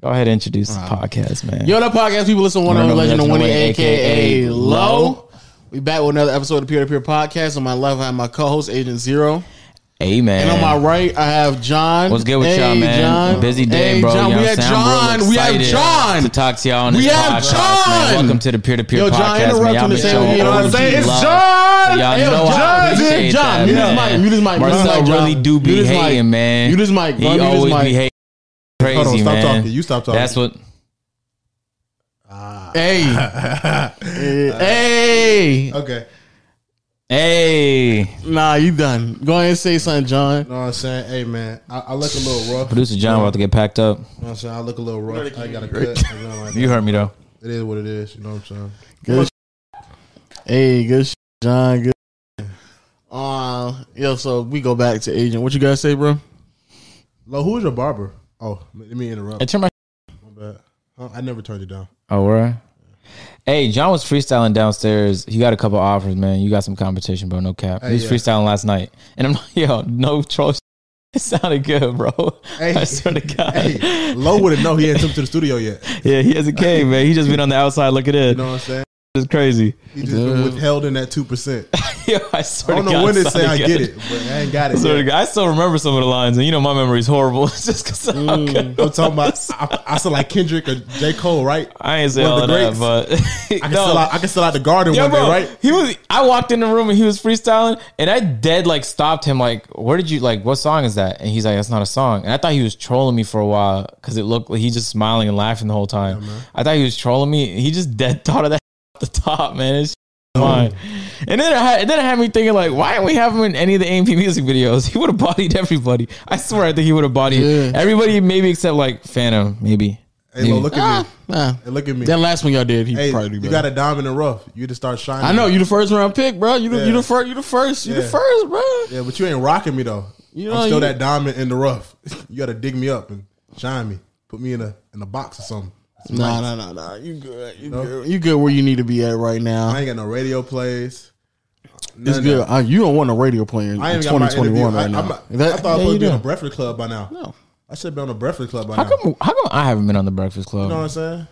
Go ahead and introduce the podcast, man. Yo, the podcast people listen to one of the One legend of Winnie, aka aka Low. Low. We back with another episode of Peer to Peer Podcast. On my left, I have my co-host Agent Zero, Amen. and on my right, I have John. What's good with Hey, y'all, man? John. Busy day, Hey, bro. John, Y'all we had sound John. real We had excited John. to talk to y'all on this We have podcast, John. man. Welcome to the peer to peer Yo, John, podcast, interrupt man. him Y'all to been say showing what you know what I'm OG saying. It's love. John. So y'all Yo, know John, I appreciate that, John, mute his man. mic, mute his mic, mute his Marcel mic, John. really do Mute be his mic. hating, man. Mute his mic, bro. He Mute his always mic. be hating. Crazy, Hold on, stop man. talking. You stop talking. That's what. Hey, hey, Okay. Hey, nah, you done. Go ahead and say something, John. You know what I'm saying? Hey, man, I, I look a little rough. You know producer John about to get packed up. what I'm saying? I look a little rough. I got to cut. You know, like, You heard me though. it is what it is. You know what I'm saying? Hey, good, sh- John. Good. Uh, yo, so we go back to Agent. What you guys say, bro? Lo, who is your barber? Oh, let me interrupt. And turn my. My bad. Huh? I never turned it down. Oh, where? Hey, John was freestyling downstairs. He got a couple offers, man. You got some competition, bro. No cap. Hey, he was yeah. freestyling last night, and I'm like, yo, no troll. s- It sounded good, bro. Hey. I swear to God. Hey, Lo wouldn't know he hadn't come to the studio yet. Yeah, he hasn't came, man. He just been on the outside looking in. You know what I'm saying? It's crazy. He just been withheld in that 2%. I Yo, I swear don't to know God, when it to say I sounded get good. it, but I ain't got it. I swear to yet. God, I still remember some of the lines, and you know my memory's horrible. It's just because I'm talking about, I, I sound like Kendrick or J. Cole, right? I ain't say One all of of the that, but I can, sell out, I can sell out the garden Yo, one bro, day, right? he was. I walked in the room and he was freestyling, and I dead like stopped him. Like, where did you like? What song is that? And he's like, that's not a song. And I thought he was trolling me for a while because it looked like he just smiling and laughing the whole time. I thought he was trolling me. He just dead thought of that off the top, man. It's mine. Oh. And then I had, and then it had me thinking like, why didn't we have him in any of the AMP music videos? He would have bodied everybody. I swear, I think he would have bodied Yeah. everybody, maybe except like Phantom, maybe. Hey, Lo, look Ah. at me. Nah. Hey, look at me. That last one y'all did, he Hey, probably do you better. got a dime in the rough. You just start shining. I know you the first round pick, bro. You the, you Yeah. the first, you the first, you the Yeah. first, bro. Yeah, but you ain't rocking me though. You know, I'm still you- that diamond in the rough. you gotta dig me up and shine me. Put me in a in a box or something. Nah, nah, nah, nah. You good? You good? You good where you need to be at right I now? ain't got no radio plays. None It's of good. that. Uh, you don't want a radio player in I ain't even got my 2021 interview. right I, now. I'm not- That- I thought I was yeah, supposed you to be on do. a Breakfast Club by now. No. I should be on a Breakfast Club by How now. come? How come I haven't been on the Breakfast Club? You know what I'm saying?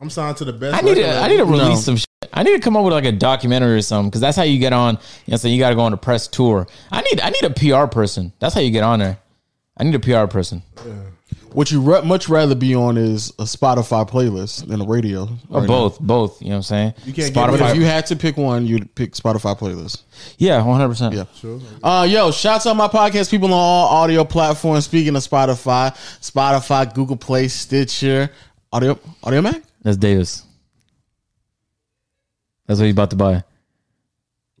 I'm signed to the best. I need record to. I label. need to release No. some. Shit. I need to come up with like a documentary or something because that's how you get on. You know, what I'm saying you got to go on a press tour. I need. I need a PR person. That's how you get on there. I need a PR person. What you re- much rather be on is a Spotify playlist than a radio. Or right both. Both. You know what I'm saying? You can't get now. Spotify. But if you had to pick one, you'd pick Spotify playlist. yeah, 100. percent Yeah. Sure. Uh, yo, shouts out my podcast people on all audio platforms. Speaking of Spotify, Spotify, Google Play, Stitcher, Audio, Audio Mac. That's Davis. That's what he's about to buy,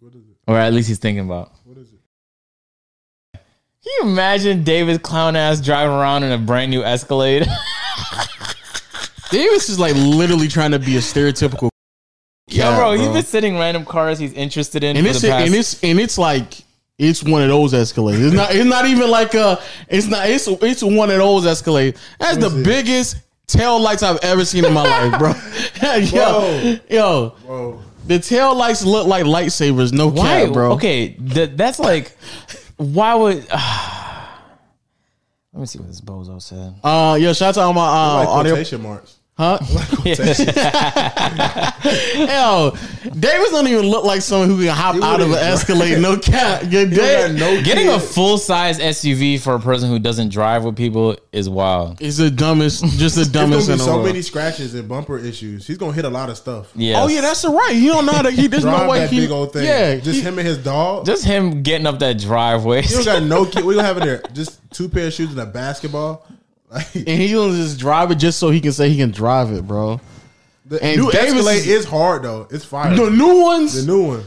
What is it? or at least he's thinking about. What is it? Can you imagine Davis clown ass driving around in a brand new Escalade? Davis is like literally trying to be a stereotypical. Yo, cat, bro, he's been sitting random cars he's interested in and for it's the past. and it's and it's like it's one of those Escalades. It's not. It's not even like a. It's not. It's it's one of those Escalades. That's the Listen. biggest tail lights I've ever seen in my life, bro. yo, Bro. yo, Bro. the tail lights look like lightsabers. No Why, cap, bro. Okay, th- that's like, why would? let me see what this bozo said. Uh, yo, shout out to all my uh, Like audio. quotation marks. Huh? Hell, Davis don't even look like someone who can hop He out of an wouldn't, bro. Escalade. No cap. Good got day. no Getting a kids. full size SUV for a person who doesn't drive with people is wild. It's the dumbest. Just the There's dumbest gonna in be the so world. many scratches and bumper issues. He's gonna hit a lot of stuff. Yeah. Oh yeah, that's right. You don't know how to. He, there's Drive no way that he. big old thing. Yeah, just he- him and his dog. just him getting up that driveway. You don't got no kid. We gonna have in there just two pair of shoes and a basketball. Like the and he gonna just drive it just so he can say he can drive it, bro. And new Davis Escalade is- is hard though. It's fire. The new ones, the new one.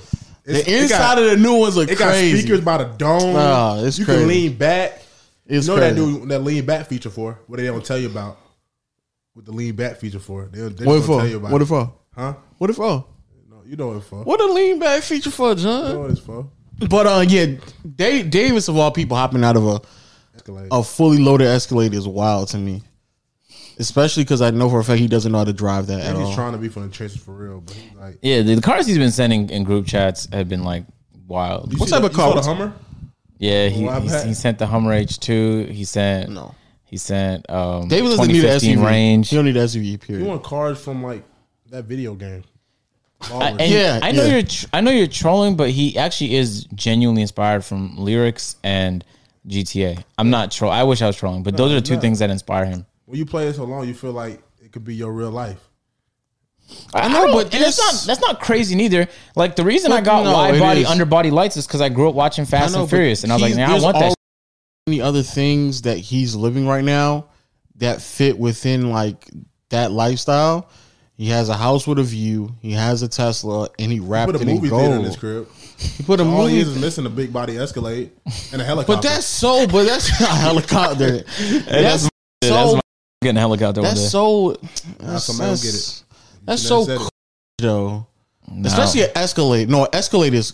It's, the it inside got, of the new ones are it got crazy. speakers by the dome. Nah, it's you crazy. can lean back. It's you know crazy. that new that lean back feature for what they don't tell you about. What the lean back feature for? They, they just What don't for? tell you about. What it. if? I- Huh? What if? I- No, you know what for? What a lean back feature for You know John. what it's for? But uh, yeah, Dave, Davis of all people hopping out of a Escalade. a fully loaded Escalade is wild to me. Especially because I know for a fact he doesn't know how to drive that at he's all. trying to be from the trenches for real, but he's like. yeah, the cars he's been sending in group chats have been like wild. You What see type the- of you car? saw The Hummer. Yeah, he, Well, I've he, had- he sent the Hummer H2. He sent No. He sent um David doesn't need an 2015 SUV. range. He don't need an SUV. You Period. want cars from like that video game. I, Ballers. and Yeah, I know yeah. you're tr- I know you're trolling, but he actually is genuinely inspired from lyrics and GTA. I'm not troll. I wish I was trolling, but those are the two no. things that inspire him. when you play it so long, you feel like it could be your real life. I know, don't- but and that's there's- not that's not crazy neither. Like the reason I But got no, wide it body is. underbody lights is because I grew up watching Fast and but Furious, and I was like, he's- man, I there's want that. all Many other things that he's living right now that fit within like that lifestyle. He has a house with a view. He has a Tesla, and he wrapped Put a it in movie theater in gold. this crib. he put a All he movie. is is missing a big body Escalade and a helicopter. But that's so. But that's not a helicopter. that's, shit. so. that's That's, my getting a helicopter. over there. so. That's That's, somebody don't get it. that's- that's You so never said cool, it. though. No. Especially an Escalade. No, Escalade is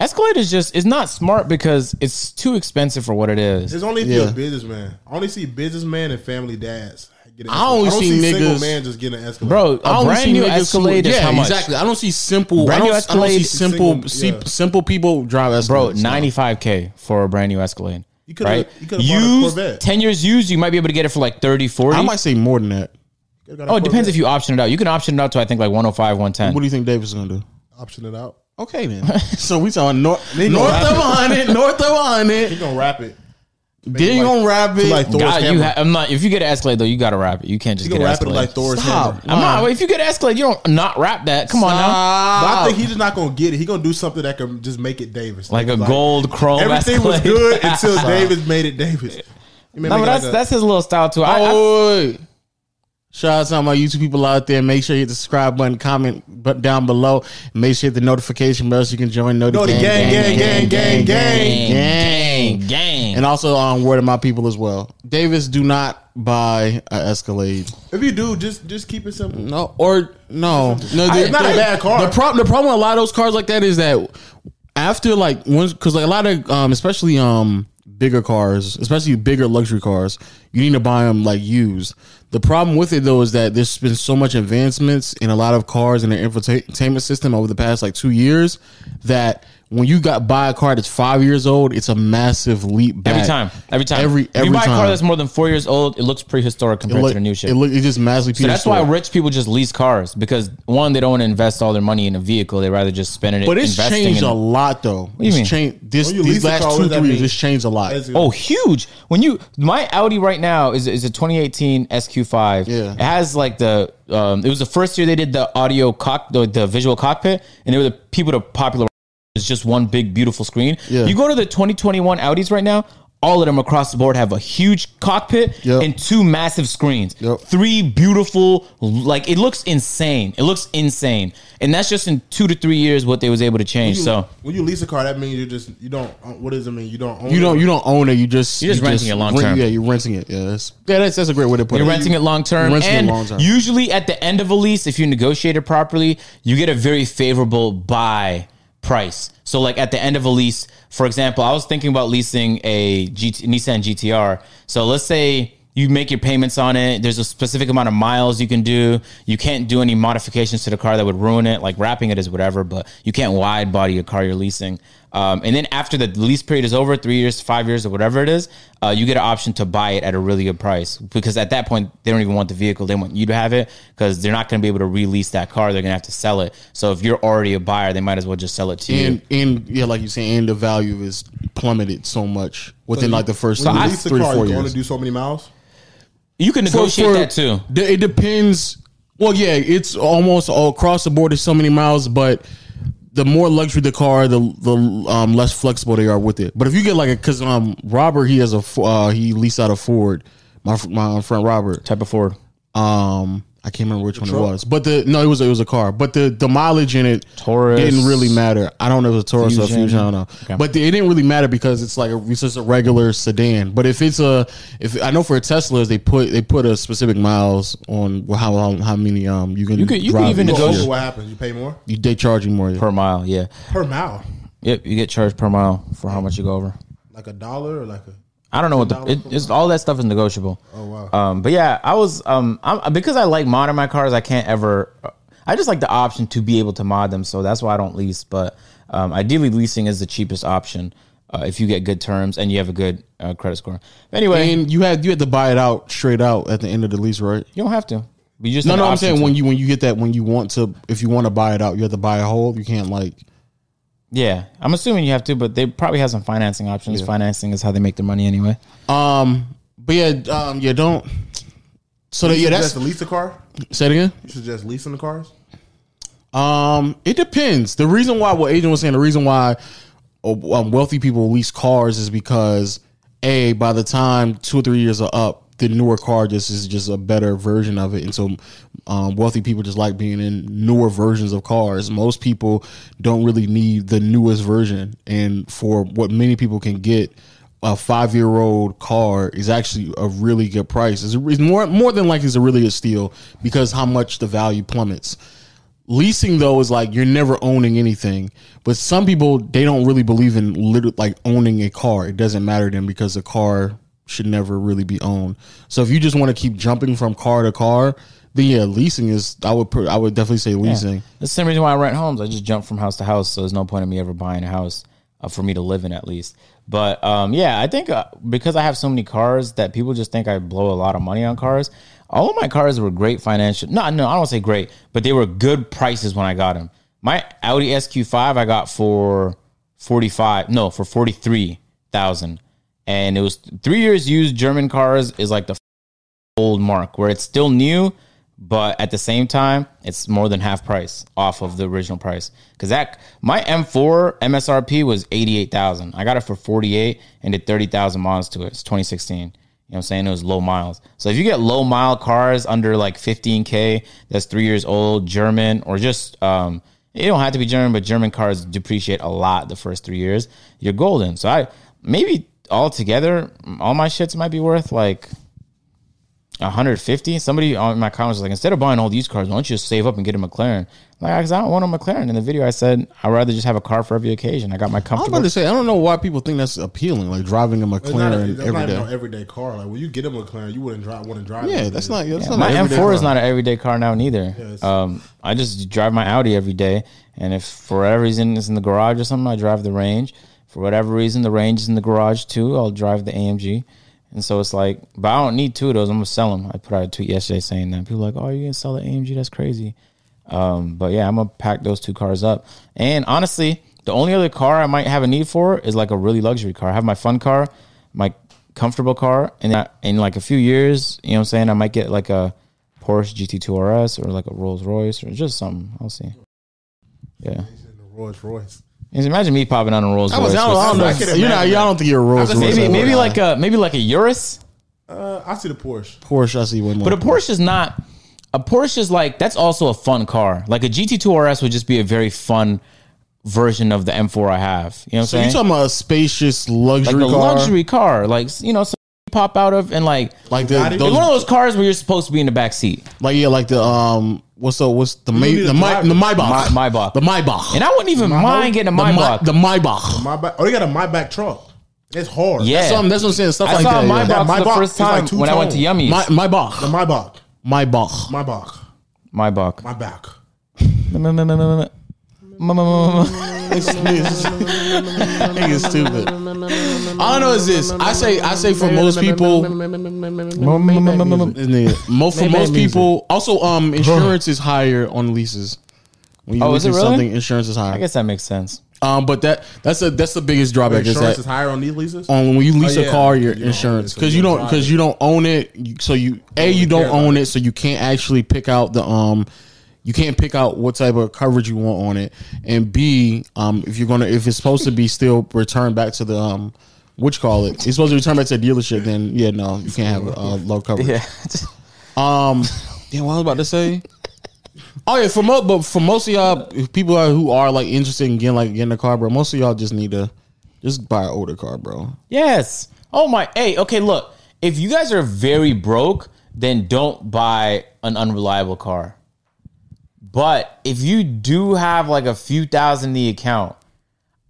Escalade is just it's not smart because it's too expensive for what it is. It's only if you're Yeah. a businessman. I only see businessmen and family dads. Get an I only Escalade. see single niggas- man just getting an Escalade. Bro, I a only brand see new niggas who- Escalade is yeah, how much? Exactly. I don't see simple. Brand I, new don't, I don't see Escalade- simple, Single- see- yeah. simple people drive Bro, Escalades. ninety five k for a brand new Escalade. You could've- Right? you could've bought a Used Corvette. ten years used, you might be able to get it for like 30, 40. I might say more than that. Could've got a oh, it depends Corvette. if you option it out. You can option it out to I think like one hundred five, one ten. What do you think Davis is gonna do? option it out. Okay then. so we talking north They gonna north wrap of it. hundred, north of He's hundred. gonna wrap it. Then you like- gonna wrap it. like Thor's God, you hammer. ha- I'm not. If you get an Escalade though, you gotta wrap it. You can't just He's get gonna an wrap it Escalade. like Thor's hammer. Stop. I'm not. If you get an Escalade, you don't not wrap that. Come on now. But I think he, he's just not gonna get it. He's gonna do something that can just make it Davis. Like a He's gold chrome. Everything was Escalade. good until Davis made it Davis. He made no, make but it that's like uh, a- that's his little style too. I, I Oh, Shout out to all my YouTube people out there. Make sure you hit the subscribe button, comment but down below. Make sure you hit the notification bell so you can join. Know the Know the gang, gang, gang, gang, gang, gang, gang. gang. gang. And also on word of my people as well. Davis, do not buy an Escalade. If you do, just just keep it simple. No, or no, no. It's not a bad car. The problem, the problem with a lot of those cars like that is that after like once, because like a lot of um, especially um bigger cars, especially bigger luxury cars, you need to buy them like used. The problem with it though is that there's been so much advancements in a lot of cars and their infotainment system over the past like two years that when you got buy a car that's five years old, it's a massive leap back Every time, every time, every If every you buy time. a car that's more than four years old, it looks prehistoric compared to the new shit. It, look, it just massively. so that's why rich people just lease cars because one, they don't want to invest all their money in a vehicle; they rather just spend it. But it's investing changed in- a lot, though. you it's mean? changed this When you these lease a car, last what two does that three years. mean? It's changed a lot. That's- Oh, huge! When you my Audi right now is is a 2018 SQ5. Yeah. it has like the um, it was the first year they did the audio cock the, the visual cockpit, and they were the people to popular. It's just one big beautiful screen. Yeah. You go to the 2021 Audis right now. All of them across the board have a huge cockpit Yep. and two massive screens. Yep. Three beautiful, like it looks insane. It looks insane, and that's just in two to three years what they was able to change. You- So when you lease a car, that means you just you don't. own- What does it mean? You don't. Own you it? don't you don't own it. You just You're just renting it long term. Yeah, you're renting it. Yeah, that's, yeah, that's that's a great way to put You're it. renting it long term, You're renting it and long term. usually at the end of a lease, if you negotiate it properly, you get a very favorable buy price. So, like at the end of a lease, for example, I was thinking about leasing a GT, Nissan GTR. So let's say you make your payments on it. There's a specific amount of miles you can do. You can't do any modifications to the car that would ruin it. Like wrapping it is whatever, but you can't wide body a car you're leasing. Um, and then after the lease period is over, three years, five years, or whatever it is, uh, you get an option to buy it at a really good price because at that point they don't even want the vehicle; they want you to have it because they're not going to be able to release that car. They're going to have to sell it. So if you're already a buyer, they might as well just sell it to you. and and yeah, like you said, and the value is plummeted so much within like the first When you three, lease a three car, four you years. can only do so many miles. You can For- negotiate for- that too. d- It depends. Well, yeah, it's almost all across the board. There's so many miles, but the more luxury the car, the the um, less flexible they are with it. But if you get like a because um Robert, he has a F- uh, he leased out a Ford. My fr- my friend Robert. Type of Ford. Um, I can't remember which one truck? it was, but the no, it was it was a car, but the the mileage in it Taurus. didn't really matter. I don't know if it was a Taurus or a Fusion. Fusion. I don't know, but the, it didn't really matter because it's like a, it's just a regular sedan. But if it's a if I know for Teslas they put they put a specific miles on how how, how many um you can You could- you could drive even each negotiate- Well, year. Those- over what happens? You pay more You, they charge you more. yeah. per mile. Yeah, per mile, yep. You get charged per mile for how much you go over. like a dollar or like a. I don't know what the $10 it, it's all that stuff is negotiable. Oh, Uh, wow. Um, but yeah, I was um, I'm, because I like modding my cars, I can't ever. I just like the option to be able to mod them, so that's why I don't lease. But um, ideally, leasing is the cheapest option. uh, if you get good terms and you have a good uh, credit score. Anyway, And you had you had to buy it out straight out at the end of the lease, right? you don't have to. But you just No, have no, the I'm option saying to. when you when you get that when you want to if you want to buy it out, you have to buy a whole. You can't like Yeah, I'm assuming you have to, but they probably have some financing options. Financing is how they make their money anyway. um but yeah, um yeah, don't so that, yeah, That's that's to lease a car. say it again. You suggest leasing the cars. Um, it depends. The reason why what Adrian was saying, the reason why oh, um, wealthy people lease cars is because a by the time two or three years are up, the newer car just is just a better version of it, and so um, wealthy people just like being in newer versions of cars. Most people don't really need the newest version, and for what many people can get. A five-year-old car is actually a really good price. It's, it's more more than likely it's a really good steal because how much the value plummets. Leasing though is like you're never owning anything, but some people they don't really believe in literally like owning a car. It doesn't matter to them because a car should never really be owned. So if you just want to keep jumping from car to car, then yeah, leasing is I would put I would definitely say leasing. That's the same reason why I rent homes. I just jump from house to house, so there's no point in me ever buying a house uh, for me to live in at least. But um, yeah, I think uh, because I have so many cars that people just think I blow a lot of money on cars. All of my cars were great financial. No, no, I don't say great, but they were good prices when I got them. My Audi SQ5 I got for 45, no, for 43,000. And it was 3 years used German cars is like the old mark where it's still new but at the same time it's more than half price off of the original price because that my m4 msrp was 88000 i got it for 48 and did 30000 miles to it it's 2016 you know what i'm saying it was low miles so if you get low mile cars under like 15k that's three years old german or just um it don't have to be german but german cars depreciate a lot the first three years you're golden so i maybe altogether all my shits might be worth like 150. Somebody on my comments was like, instead of buying all these cars, why don't you just save up and get a McLaren? Like, because I don't want a McLaren. In the video, I said I'd rather just have a car for every occasion. I got my I'm comfortable. about to say I don't know why people think that's appealing, like driving a It's not, it's McLaren not every even day. an everyday car. Like when you get a McLaren, you wouldn't drive, want to drive. yeah, it. that's not that's not my an M4 everyday is car. not an everyday car now neither. it's- um, I just drive my Audi every day, and if for whatever reason it's in the garage or something, I drive the Range. For whatever reason, the Range is in the garage too. I'll drive the AMG, and so it's like, but I don't need two of those. I'm gonna sell them. I put out a tweet yesterday saying that people are like, oh, you're gonna sell the AMG? That's crazy. Um, but yeah, I'm gonna pack those two cars up. And honestly, the only other car I might have a need for is like a really luxury car. I have my fun car, my comfortable car, and I, in like a few years, you know what I'm saying? I might get like a Porsche GT2 RS or like a Rolls Royce or just something. I'll see. Yeah. The Rolls Royce. Just imagine me popping on a Rolls I, was, Royce. I don't, I don't know. I can You're not. imagine. Y'all don't think you're a Rolls gonna Royce. maybe say, or maybe whatnot. like a maybe like a Urus. Uh, I see the Porsche. Porsche. I see one more. But a Porsche is not. A Porsche is like that's also a fun car. Like a GT2 RS would just be a very fun version of the M4 I have. You know what I'm so saying? you talking about a spacious luxury like a car? luxury car, like you know, some you pop out of and like like Bugatti? the, it's those one of those cars where you're supposed to be in the back seat. Like yeah, like the um, what's the what's the Ma- need the, a Ma- driver. the Maybach, My- Maybach. Oh. the Maybach, And I wouldn't even mind getting a the, Ma- Maybach. the Maybach. My back. Oh, they got a Maybach truck. It's hard. yeah, That's, what I'm, that's what I'm saying. Stuff I like saw that. a Maybach yeah. for the Maybach first is like time when I went to two-tone. Yummies. My, The Maybach, Maybach. Maybach. Maybach. Maybach. Maybach. Nigga's stupid. All I know is this. I say, I say for most people, most for most people. Also, um, insurance is higher on leases. When you Oh, is leasing it really? something, insurance is I higher. guess that makes sense. Um, but that that's a that's the biggest drawback is Insurance that is higher on these leases. on when you lease Oh, a yeah. car, your You don't insurance own it, so because you you don't don't drive because you don't own it. you- So you a you don't care about own it, so you can't actually pick out the um. You can't pick out what type of coverage you want on it, and B, um, if you're gonna if it's supposed to be still returned back to the um, what you call it, it's supposed to return back to the dealership. Then yeah, no, you can't have uh, low coverage. Yeah, Um, damn, what I was about to say. Oh yeah, for most, but for most of y'all if people are, who are like interested in getting like getting a car, bro. Most of y'all just need to just buy an older car, bro. Yes. Oh my. Hey. Okay. Look. If you guys are very broke, then don't buy an unreliable car. But if you do have like a few thousand in the account,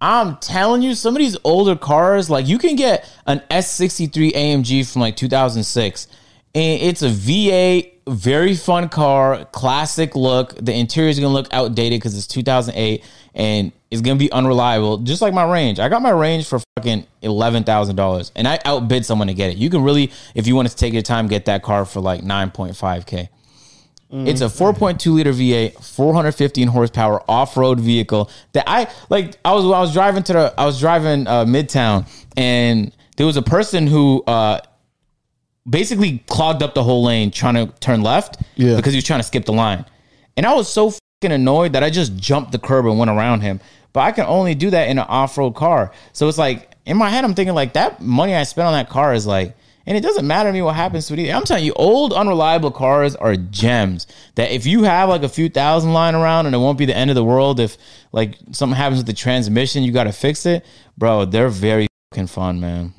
I'm telling you, some of these older cars, like you can get an S63 AMG from like 2006, and it's a V8 very fun car, classic look. The interior is gonna look outdated because it's 2008 and it's gonna be unreliable. Just like my range, I got my range for fucking eleven thousand dollars, and I outbid someone to get it. You can really, if you wanted to take your time, get that car for like 9.5 k. It's a 4.2 liter V8, 415 horsepower off-road vehicle that I like. I was I was driving to the I was driving uh, Midtown, and there was a person who uh, basically clogged up the whole lane trying to turn left Yeah. because he was trying to skip the line, and I was so fucking annoyed that I just jumped the curb and went around him. But I can only do that in an off-road car, so it's like in my head I'm thinking like that money I spent on that car is like and it doesn't matter to me what happens to it. either. I'm telling you, old unreliable cars are gems. That if you have like a few thousand lying around and it won't be the end of the world if like something happens with the transmission, you got to fix it, bro. They're very fucking fun, man.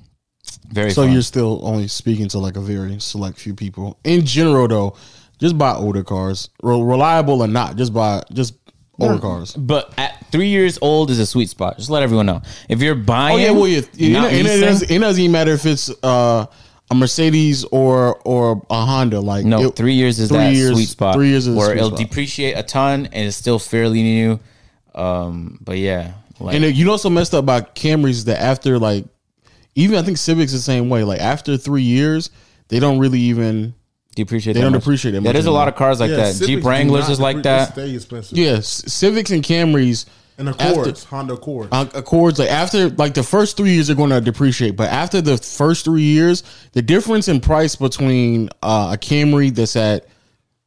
Very So fun. you're still only speaking to like a very select few people. In general, though, just buy older cars, Re- reliable or not. Just buy just older cars. but at three years old is a sweet spot. Just let everyone know if you're buying. Oh yeah, well yeah, yeah, not it, it, leasing, doesn't, it doesn't even matter if it's uh, a Mercedes or or a Honda. Like No, it- three years is three that years- sweet spot. Three years is the where sweet it'll spot. depreciate a ton and it's still fairly new. Um, but yeah, like, And uh, you know, what's so messed up about Camrys that after like, even I think Civics the same way. Like after three years, they don't really even. depreciate. They that don't much. appreciate it Yeah, much there's a lot anymore. of cars like that. Jeep Civics do Wranglers not is like depre- that. Stay expensive. Yeah, C- Civics and Camrys And after- Accords, Honda Accords. uh, Accords like after like the first three years are going to depreciate, but after the first three years, the difference in price between uh, a Camry that's at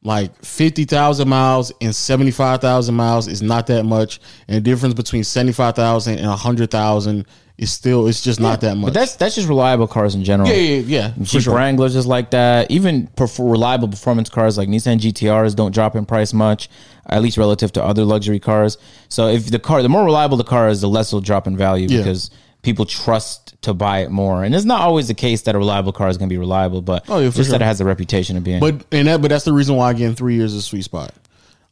like fifty thousand miles and seventy five thousand miles is not that much, and the difference between seventy five thousand and a hundred thousand is still it's just not that much. But that's that's just reliable cars in general. yeah, yeah, yeah. Jeep Wranglers is like that. Even perf- reliable performance cars like Nissan GTRs don't drop in price much, at least relative to other luxury cars. So if the car, the more reliable the car is, the less it'll drop in value Yeah. because people trust to buy it more. And it's not always the case that a reliable car is going to be reliable, but Oh, yeah, for just sure. that it has a reputation of being. But and that, but that's the reason why again three years is a sweet spot,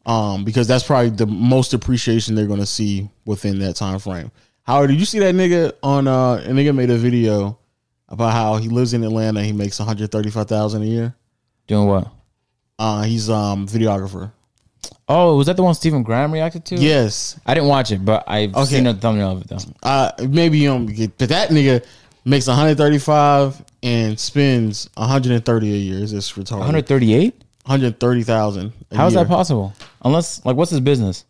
um, because that's probably the most appreciation they're gonna see within that time frame. Howard, did you see that nigga on uh, a nigga made a video about how he lives in Atlanta, he makes one hundred thirty five thousand a year. doing what? Uh, he's um videographer. Oh, was that the one Stephen Graham reacted to? Yes, I didn't watch it, but I've Okay. seen a thumbnail of it though. uh, maybe um, but that nigga makes one hundred thirty five and spends one hundred and thirty a year. Is this retarded? One 138? hundred thirty thousand. How is that possible? Unless, like, what's his business?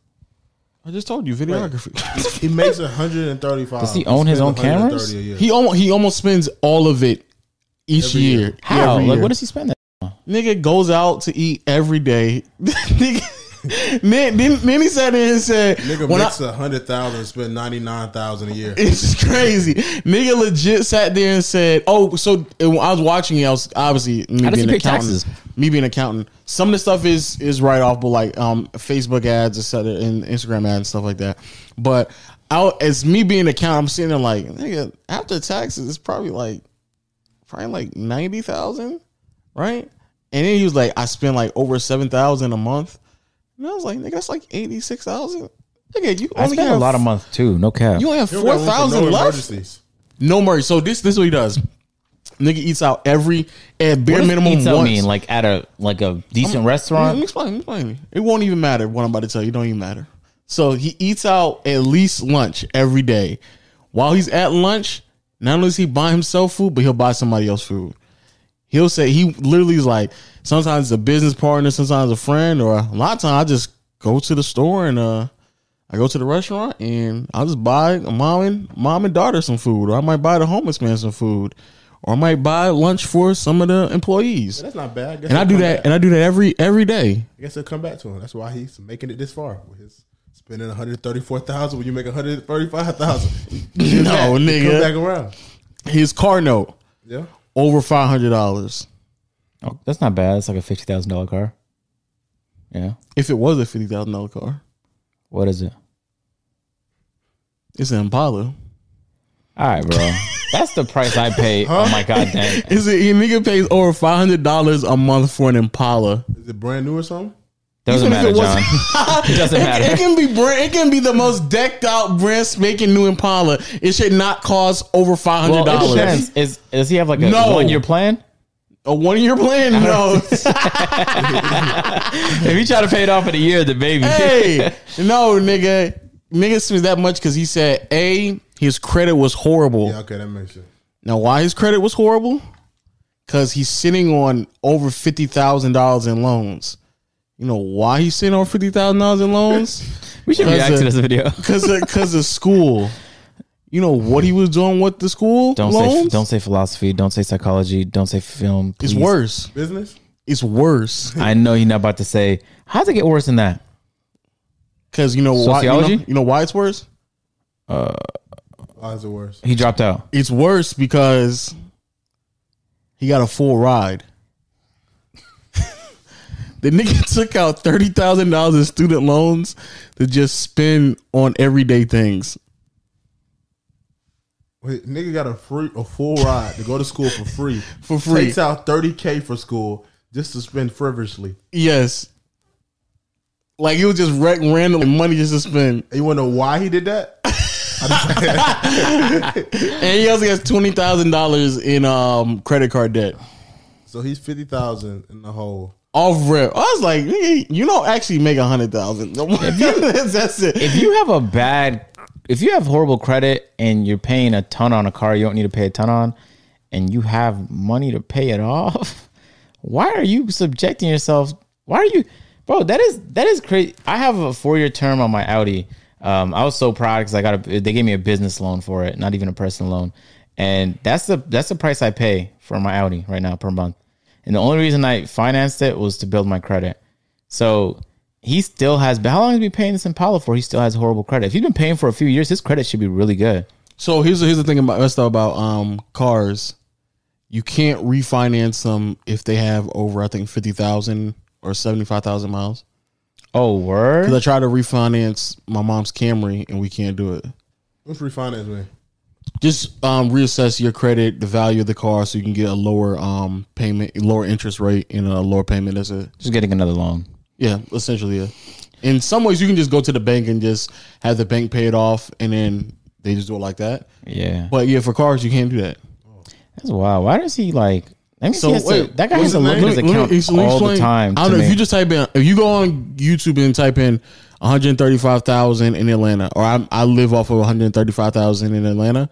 I just told you videography. he makes 135. Does he own his own cameras? He almost he almost spends all of it each year. year. How? Every Like, year. what does he spend that? nigga goes out to eat every day? nigga, then, then then he sat there and said, Nigga when I- makes a 100,000, spend 99,000 a year. it's just crazy. Nigga legit sat there and said, "Oh, so and when I was watching it. I was obviously me How does being he an pay accountant. taxes? Me being an accountant. Some of the stuff is is right off, but like um Facebook ads, etc., and Instagram ads and stuff like that. But I, as me being an accountant, I'm sitting there like, nigga, after taxes, it's probably like, probably like ninety thousand, right? And then he was like, I spend like over seven thousand a month. And I was like, nigga, that's like eighty six thousand. Nigga, you I only spend have a lot a month too. No cap. You only have He don't got four room for thousand no left. emergencies. No mercy. So this this is what he does. Nigga eats out every at bare What does minimum pizza once. Mm-hmm. mean like at a like a decent Let me restaurant? explain. Let me explain. It won't even matter what I'm about to tell you. It don't even matter. So he eats out at least lunch every day. While he's at lunch, not only is he buying himself food, but he'll buy somebody else food. He'll say he literally is like sometimes it's a business partner, sometimes a friend, or a lot of times I just go to the store and uh I go to the restaurant and I'll just buy a mom and mom and daughter some food, or I might buy the homeless man some food, or I might buy lunch for some of the employees. That's not bad. guess And I he'll do come that back. and I do that every every day. I guess it'll come back to him. That's why he's making it this far. With his spending 134,000 when you make 135,000. No, Come nigga. back around. His car note Yeah. over five hundred dollars. Oh, that's not bad. It's like a fifty thousand dollar car. Yeah. If it was a fifty thousand dollar car, What is it? it's an Impala. All right, bro. that's the price I pay. Oh my god, dang. Is it? A nigga pays over five hundred dollars a month for an Impala. Is it brand new or something? Doesn't Even matter, if it John. wasn't- it doesn't It, it matter. can be brand. It can be the most decked out, brand spanking new Impala. It should not cost over five Well, hundred it dollars. depends. Is does he have like a No. one year plan? A one year plan? No. If you try to pay it off in a year, the baby. hey, no, nigga. Nigga sued that much because he said A, his credit was horrible. Yeah, okay, that makes sense. Now, why his credit was horrible? Because he's sitting on over fifty thousand dollars in loans. You know why he's sitting on fifty thousand dollars in loans? we should react to this video. Because because of school. You know what he was doing with the school Don't say loans? don't say philosophy. Don't say psychology. Don't say film. it's please. worse. Business? It's worse I know you're not about to say. How's it get worse than that? because you know why. You know, Sociology? you know why it's worse? Odds are worse. He dropped out. It's worse because he got a full ride. the nigga took out thirty thousand dollars in student loans to just spend on everyday things. Wait, nigga got a free a full ride to go to school for free. For free. Takes out 30K for school just to spend frivolously. Yes, like it was just wreck random money just to spend, And you wanna know why he did that? and he also has twenty thousand dollars in um credit card debt. So he's fifty thousand in the hole. Off rip, I was like, nigga, you don't actually make a hundred thousand. That's it. If you have a bad, if you have horrible credit and you're paying a ton on a car you don't need to pay a ton on, and you have money to pay it off, why are you subjecting yourself? Why are you, bro? That is that is crazy. I have a four year term on my Audi. Um, I was so proud because I got a. They gave me a business loan for it, not even a personal loan, and that's the that's the price I pay for my Audi right now per month. And the only reason I financed it was to build my credit. So he still has. How long has he been paying this Impala for? He still has horrible credit. If he's been paying for a few years, his credit should be really good. So here's here's the thing about messed up about um cars, you can't refinance them if they have over I think fifty thousand or seventy five thousand miles. Oh, Because word. I tried to refinance my mom's Camry and we can't do it. Let's refinance, man. Just um, reassess your credit, the value of the car, so you can get a lower um payment, lower interest rate, and a lower payment. That's it. Just getting another loan. Yeah, essentially. Yeah. In some ways, you can just go to the bank and just have the bank pay it off, and then they just do it like that. Yeah, But yeah, for cars, you can't do that. that's wild. Why does he like? That means So, he has to- wait, that guy what's has to his look at name? his Let me- let account me- let me all the explain. time. I don't to know if make- you just type in if you go on YouTube and type in 135,000 in Atlanta, or I, I live off of 135,000 in Atlanta,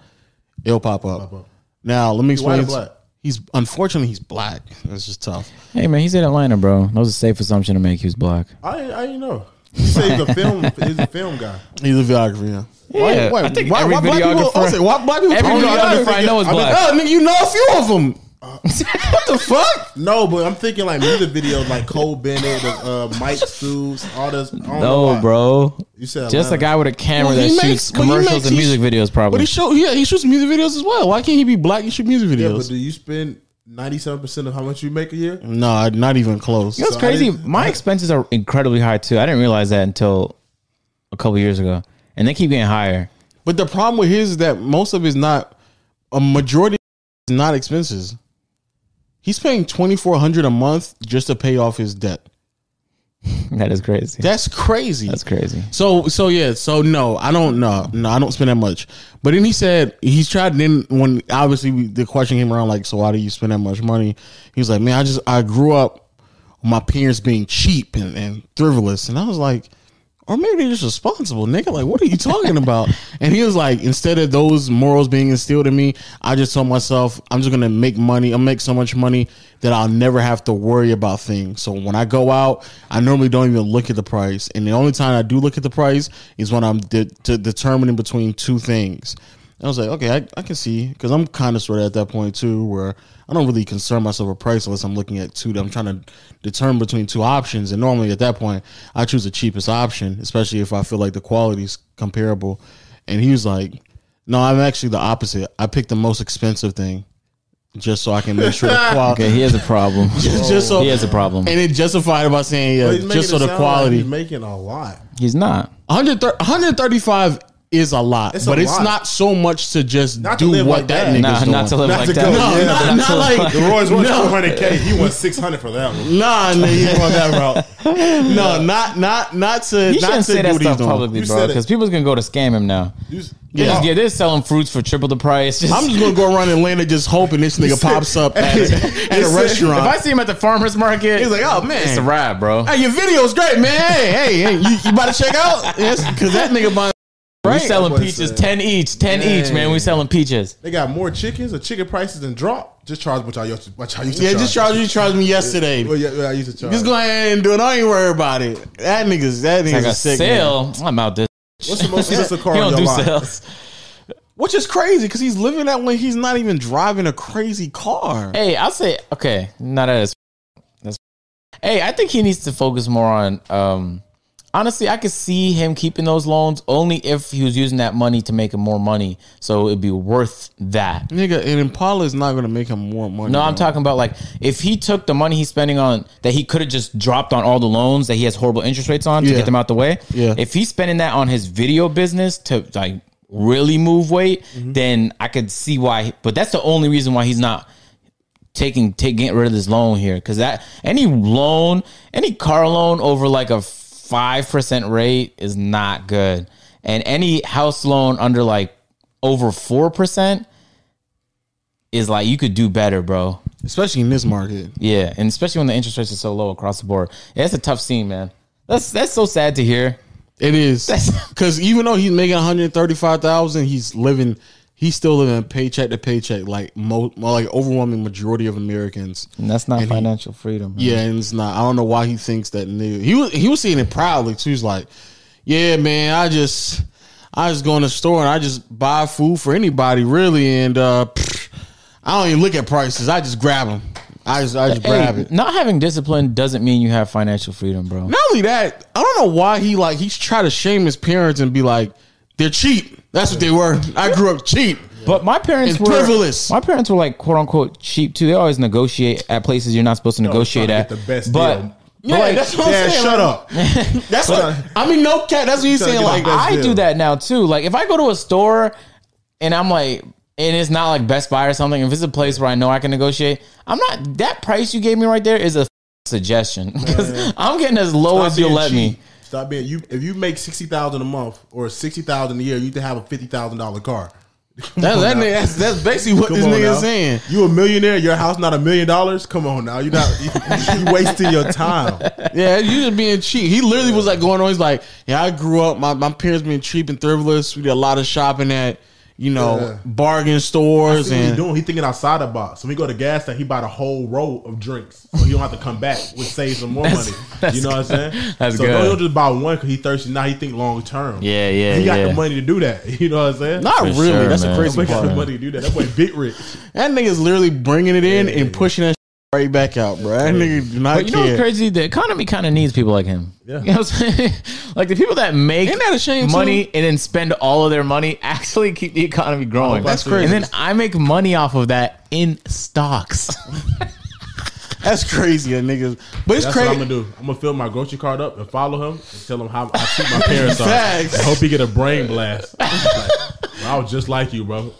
it'll pop up. up. Now let me explain. white or black? He's unfortunately he's black. That's just tough. hey man, he's in Atlanta, bro. That was a safe assumption to make. He was black. I I didn't know. He said he's a film he's a film guy. He's a videographer. Yeah. Yeah, I think every people? videographer- I said, why black people? Every Oh, no, I videographer think- I know is mean, black. oh, nigga, you know a few of them. what the fuck? No, but I'm thinking like music videos like Cole Bennett, uh, Mike Stews, all this. I don't know No, why. bro. You said Just a Atlanta. guy with a camera Well, that he shoots makes- but he commercials makes- and he's- music videos, probably. But he show yeah he shoots music videos as well. Why can't he be black and shoot music Yeah, but videos? do you spend ninety seven percent of how much you make a year? no, not even close. You know what's So I crazy? didn't- My expenses are incredibly high too. I didn't realize that until a couple years ago, and they keep getting higher. But the problem with his is that most of it's not a majority is not expenses. He's paying twenty four hundred a month just to pay off his debt. That is crazy. That's crazy. That's crazy. so so yeah so no I don't know no I don't spend that much. But then he said he's tried. Then when obviously we, the question came around like so why do you spend that much money? He was like man I just I grew up with my parents being cheap and, and frivolous and I was like or maybe they're just responsible, nigga. Like, what are you talking about? and he was like, instead of those morals being instilled in me, I just told myself, I'm just gonna make money. I'll make so much money that I'll never have to worry about things. So when I go out, I normally don't even look at the price. And the only time I do look at the price is when I'm de- de- determining between two things. And I was like, okay, I, I can see because I'm kind of sort of at that point too, where I don't really concern myself with price unless I'm looking at two. that I'm trying to determine between two options, and normally at that point, I choose the cheapest option, especially if I feel like the quality's comparable. And he was like, "No, I'm actually the opposite. I picked the most expensive thing, just so I can make sure the quality. Okay, he has a problem. just so he has a problem. And it justified it by saying, But yeah, he's making just so it the sound like quality. he's making a lot. He's not. 135 is a lot, It's a but it's lot. not so much to just Not to do live what like that, that. nigga's Nah, doing. not to live Not like to that. go- No, Yeah, no, Not to not live like The Roy's won No. 200K. He won 600 for that one. Nah, He nigga. won that route. No, not not not to You not shouldn't to say do that what he's stuff doing. publicly, You bro, said it. because people's gonna go to scam him now. You s- They're, just- Oh. yeah, they're selling fruits for triple the price. Just- I'm just gonna go around Atlanta just hoping this nigga pops up at, You at a said- if I restaurant. see him at the farmers market, He's like, oh man, it's a wrap, bro. Hey, your video's great, man. Hey, hey, hey you, you about to check out? Yes, because that nigga buying. We Right. selling That's what I peaches, said. ten each, ten each, man. We selling peaches. They got more chickens. The chicken prices than drop. Just charge what y'all used to, what y'all used to Yeah, charge. just charge you charged me yesterday. Well, yeah, yeah, I used to charge. Just go ahead and do it. I ain't worry about it. That nigga's that nigga's Like a a sick. man. sale. I'm out this. What's the most expensive He car on don't your do lot? sales. which is crazy because he's living that way. He's not even driving a crazy car. Hey, I'll say okay. Not as that's. Hey, I think he needs to focus more on. um Honestly, I could see him keeping those loans only if he was using that money to make him more money. So it'd be worth that. Nigga, an Impala is not gonna make him more money. No, I'm bro. talking about like if he took the money he's spending on that he could have just dropped on all the loans that he has horrible interest rates on to Yeah. get them out the way. Yeah. If he's spending that on his video business to like really move weight, then I could see why. But that's the only reason why he's not taking take getting rid of this loan here because that any loan any car loan over like a five percent rate is not good and any house loan under like over four percent is like you could do better bro especially in this market. yeah and especially when the interest rates are so low across the board yeah, that's a tough scene man that's that's so sad to hear It is That's- because even though he's making one hundred thirty five thousand, he's living. He's still living paycheck to paycheck, like mo, well, like overwhelming majority of Americans. and that's not he- financial freedom man. Yeah, and it's not. I don't know why he thinks that. Nigga. He was he was seeing it proudly too. He's like, yeah, man, I just I just go in the store and I just buy food for anybody really, and uh pfft, I don't even look at prices. I just grab them. I just I just grab Hey, it. not having discipline doesn't mean you have financial freedom, bro. Not only that, I don't know why he like he's trying to shame his parents and be like they're cheap. That's what they were. I grew up cheap. But my parents It's were frivolous. My parents were like quote unquote cheap too. They always negotiate at places you're not supposed to negotiate trying at. to get the best but deal. but, like, what Yeah, shut up. That's what I mean. No cat. That's what he's Trying to saying. get Like the best I deal. do that now too. Like if I go to a store and I'm like, and it's not like Best Buy or something. If it's a place where I know I can negotiate, I'm not that price you gave me right there is a suggestion because I'm getting as low Stop as you'll being let me. cheap. Stop being you. If you make sixty thousand a month or sixty thousand a year, you need to have a fifty thousand dollar car. Come That, on that now. nigga, that's, that's basically what Come this on nigga now. is saying. You a millionaire? Your house not a million dollars? Come on now, you not you, you wasting your time. Yeah, you just being cheap. He literally was like going on. He's like, yeah, I grew up. My, my parents being cheap and frivolous. We did a lot of shopping at you know Yeah. bargain stores See what he and doing? He thinking outside the box. So we go to gas station, he bought a whole row of drinks, so he don't have to come back, which saves some more money. you know what I'm saying? that's so good. don't just buy one because he thirsty. Now he think long term. Yeah, yeah, He got yeah. the money to do that. You know what I'm saying? not For really. sure, that's the man. crazy Nobody got the part. money to do that. That boy big rich. That nigga's literally bringing it in and pushing that shit right back out, bro. That nigga do not But you know care. what's crazy? The economy kind of needs people like him. Yeah. You know what I'm saying? like the people that make Ain't that a shame, too? money and then spend all of their money actually keep the economy growing. That's crazy. And then I make money off of that in stocks. That's crazy, that niggas. But it's That's crazy. what I'm gonna do. I'm gonna fill my grocery card up and follow him and tell him how I treat my parents. are. Facts. I hope he get a brain blast. Like, "Bro, I was just like you, bro.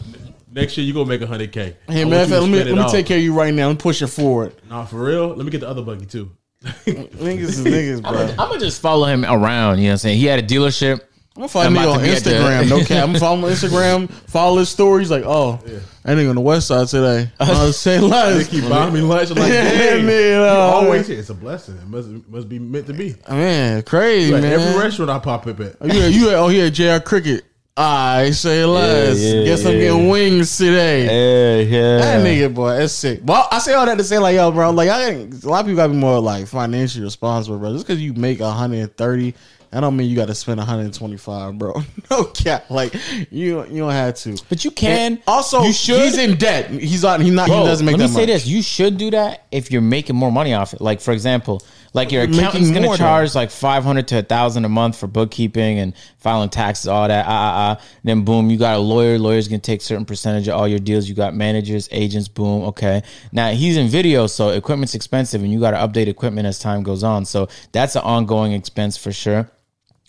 Next year you gonna make hundred k. Hey man, let me let me take care of you right now. I'm pushing forward. Nah, for real. Let me get the other buggy too. Niggas is niggas, bro. I'm gonna just follow him around. You know what I'm saying? He had a dealership. I'm gonna find I'm nigga about on to be at the- Instagram. No cap. I'm following him on Instagram. Follow his stories. Like, oh, that nigga on the West Side today. I was saying They less. keep buying me lunch. I'm like, Yeah, dang, man, you uh, always here. It's a blessing. It must must be meant to be. Man, crazy Like man. every restaurant I pop up at. you, you oh yeah, JR Cricket. I say less. yeah, Guess I'm yeah. getting wings today. Yeah, yeah. That nigga, boy, that's sick. Well, I say all that to say, like, yo, bro, like, I ain't, a lot of people gotta be more like financially responsible, bro. Just because you make 130, I don't mean you gotta spend 125, bro. no cap, like, you you don't have to. But you can And also, you should He's in debt. He's not. He's not. Bro, he doesn't make let that me much. say this: you should do that if you're making more money off it. Like for example, like your You're making accountant's going more, to though. charge like five hundred to a thousand a month for bookkeeping and filing taxes, all that. Ah, ah, ah. And then boom, you got a lawyer. Lawyer's going to take certain percentage of all your deals. You got managers, agents. Boom. Okay. Now he's in video, so equipment's expensive, and you got to update equipment as time goes on. So that's an ongoing expense for sure.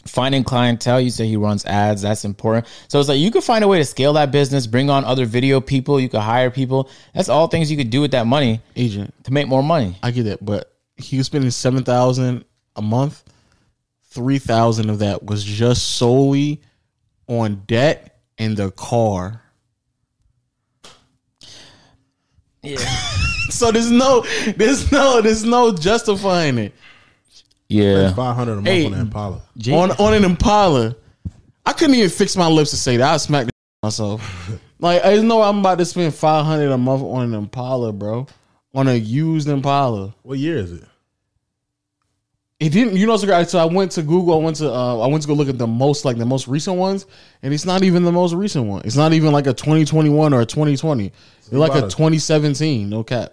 finding clientele you say he runs ads that's important so it's like you could find a way to scale that business bring on other video people you could hire people that's all things you could do with that money agent. to make more money I get that, but he was spending seven thousand a month. Three thousand of that was just solely on debt and the car. Yeah. so there's no, there's no, there's no justifying it yeah Five hundred a month Hey. on that Impala. on on an Impala. I couldn't even fix my lips to say that. I smacked the myself. Like I know I'm about to spend five hundred a month on an Impala, bro. On a used Impala. What year is it? It didn't. You know, so I- so I went to Google. I went to uh, I went to go look at the most like the most recent ones, and it's not even the most recent one. It's not even like a 2021 or a 2020. It's like a about a- 2017. No cap.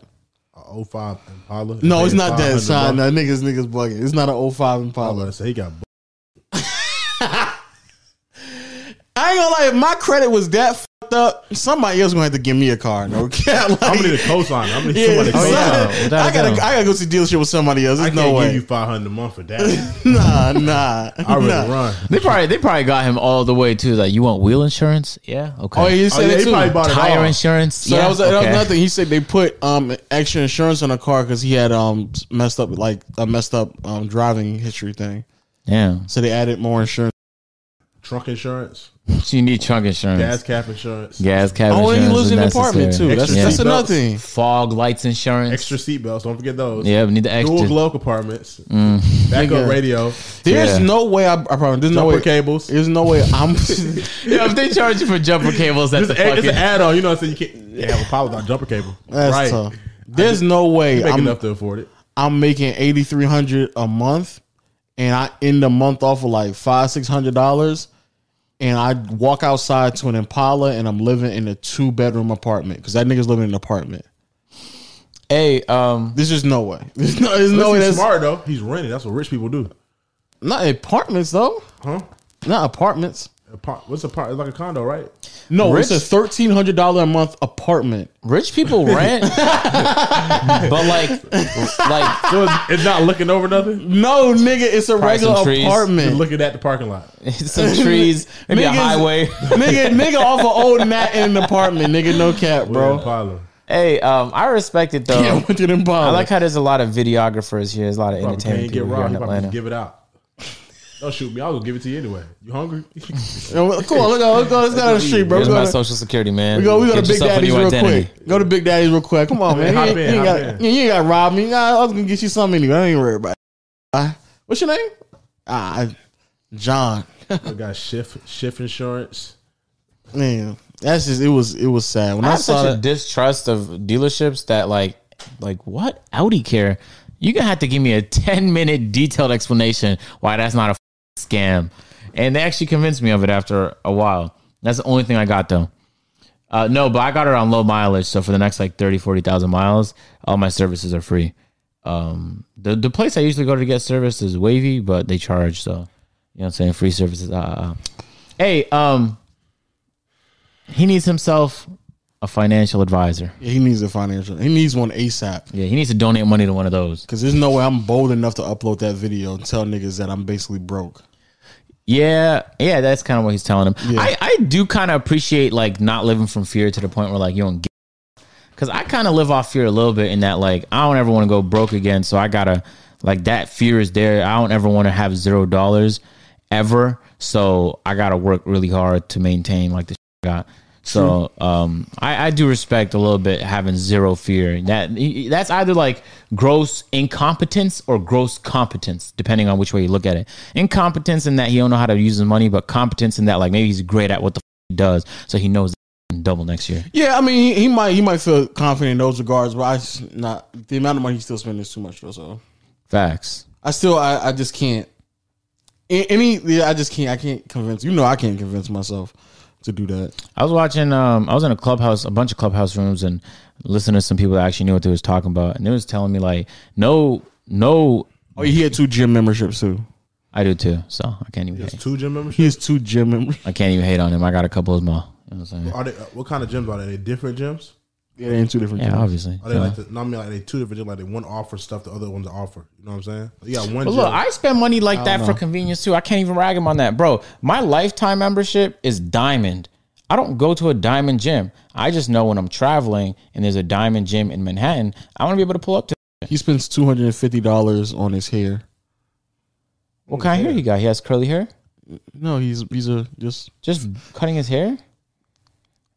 A 05 Uh, Impala. No, it's Paying not that. 500 Son. bucks? No, niggas, niggas bugging. It's not an 05 I'm Impala. gonna say he got. bu- I ain't gonna lie. If my credit was that fucked up, somebody else gonna have to give me a car. No cap. Like, I'm gonna need a cosign. I'm gonna need yeah, somebody to son, Oh, cosign. yeah. Without I a gotta doubt. I gotta go to the dealership with somebody else. I There's can't no give way. you 500 a month for that. nah, nah. I would nah. run. they probably they probably got him all the way too like you want wheel insurance yeah okay Oh, he said yeah, it he too. probably bought it tire all. insurance So yeah that was that was okay. nothing. He said they put um extra insurance on the car because he had um messed up like a messed up um driving history thing. yeah So they added more insurance. Trunk insurance, so you need trunk insurance gas cap insurance, gas cab Oh, and he insurance lives is in an necessary. apartment too. That's, Extra that's seatbelts. another thing. fog lights insurance extra seatbelts. Don't forget those. yeah we need the extra Mm. Dual glove compartments, backup Nigga. radio, There's Yeah. no way. I, I probably there's no jumper way. cables. There's no way. I'm. yeah if they charge you for jumper cables that's It's, a a- it's fucking an add-on. You know what I'm saying? You can't you have a problem without jumper cable. That's right. tough. There's no way. Make I'm enough to afford it. I'm making eighty three hundred a month, and I end the month off with like five six hundred dollars, and I walk outside to an Impala, and I'm living in a two bedroom apartment because that nigga's living in an apartment. hey um There's just no way. There's no, there's no No, way. he's That's smart though. He's renting. That's what rich people do. not apartments though. Huh? Not apartments. Apart- What's a part? It's like a condo, right? No, Rich- it's a thirteen hundred dollar a month apartment. rich people rent but like like So it's, it's not looking over nothing. No, nigga, it's a Price and regular trees. It's apartment. looking at the parking lot. some trees maybe a Niggas- highway nigga, nigga, off an old mat in an apartment. Nigga, no cap, Bro, bro. Impala. hey um I respect it though Yeah, went to them I Impala. like how there's a lot of videographers here. There's a lot of Probably can't entertainment get people here robbed. in He probably Atlanta. just give it out. Don't shoot me. I'll go give it to you anyway. You hungry? Come on, let's go, let's go, let's go down the street, bro. Here's Let's go my down- social security, man. We go, we go to Get Big yourself a Daddy's new real identity. quick. Go to Big Daddy's real quick. Come on, man. Hop you, ain't- in, you ain't hop gotta, in. you ain't gotta rob me. Nah, I was gonna get you something anyway. I ain't worried about it. Ah, What's your name? Ah, I- John. I got shift shift insurance. Man, that's just it was it was sad when I I, have saw such a that. distrust of dealerships that like, like what Audi care? You're gonna have to give me a 10 minute detailed explanation why that's not a f- scam. And they actually convinced me of it after a while. That's the only thing I got though. Uh, no, but I got it on low mileage. So for the next like 30, 40,000 miles, all my services are free. Um, the, the place I usually go to get service is Wavy, but they charge. So, you know what I'm saying? Free services. Uh, uh, uh. Hey, um, he needs himself a financial advisor. Yeah, he needs a financial. He needs one ASAP Yeah, he needs to donate money to one of those. because there's no way I'm bold enough to upload that video and tell niggas that I'm basically broke. Yeah, yeah, that's kind of what he's telling him. I, I do kind of appreciate like not living from fear to the point where like you don't get. Because I kind of live off fear a little bit in that like I don't ever want to go broke again, so I gotta like that fear is there. I don't ever want to have zero dollars ever, so I gotta work really hard to maintain like the I got. So um, I, I do respect a little bit having zero fear. That that's either like gross incompetence or gross competence, depending on which way you look at it. Incompetence in that he don't know how to use his money, but competence in that like maybe he's great at what the f- he does, so he knows the f- double next year. Yeah, I mean, he, he might he might feel confident in those regards, but I just not the amount of money he's still spending is too much, bro. So. Facts. I still, I, I just can't. a- Any, yeah, I just can't. I can't convince you know. I can't convince myself to do that. I was watching. Um, I was in a clubhouse, a bunch of clubhouse rooms, and listening to some people that actually knew what they was talking about, and they was telling me like, no, no, Oh, he had two gym memberships too. I do too. So I can't even. It's Hate. two gym He has memberships. two gym members. uh, I can't even hate on him. I got a couple of them all. You know what I'm saying? Are they, what kind of gyms are they? They different gyms? They're in two different Yeah, jobs. obviously. Are they like the, no, I mean like they two different like they one offer stuff, the other one's an offer. You know what I'm saying? You got one But look, job. I spend money like that for convenience too. I can't even rag him on that, bro. My lifetime membership is diamond. I don't go to a diamond gym. I just know when I'm traveling and there's a diamond gym in Manhattan, I want to be able to pull up to. He spends two hundred and fifty dollars on his hair. What kind of hair he got? He has curly hair. No, he's he's a just Just cutting his hair.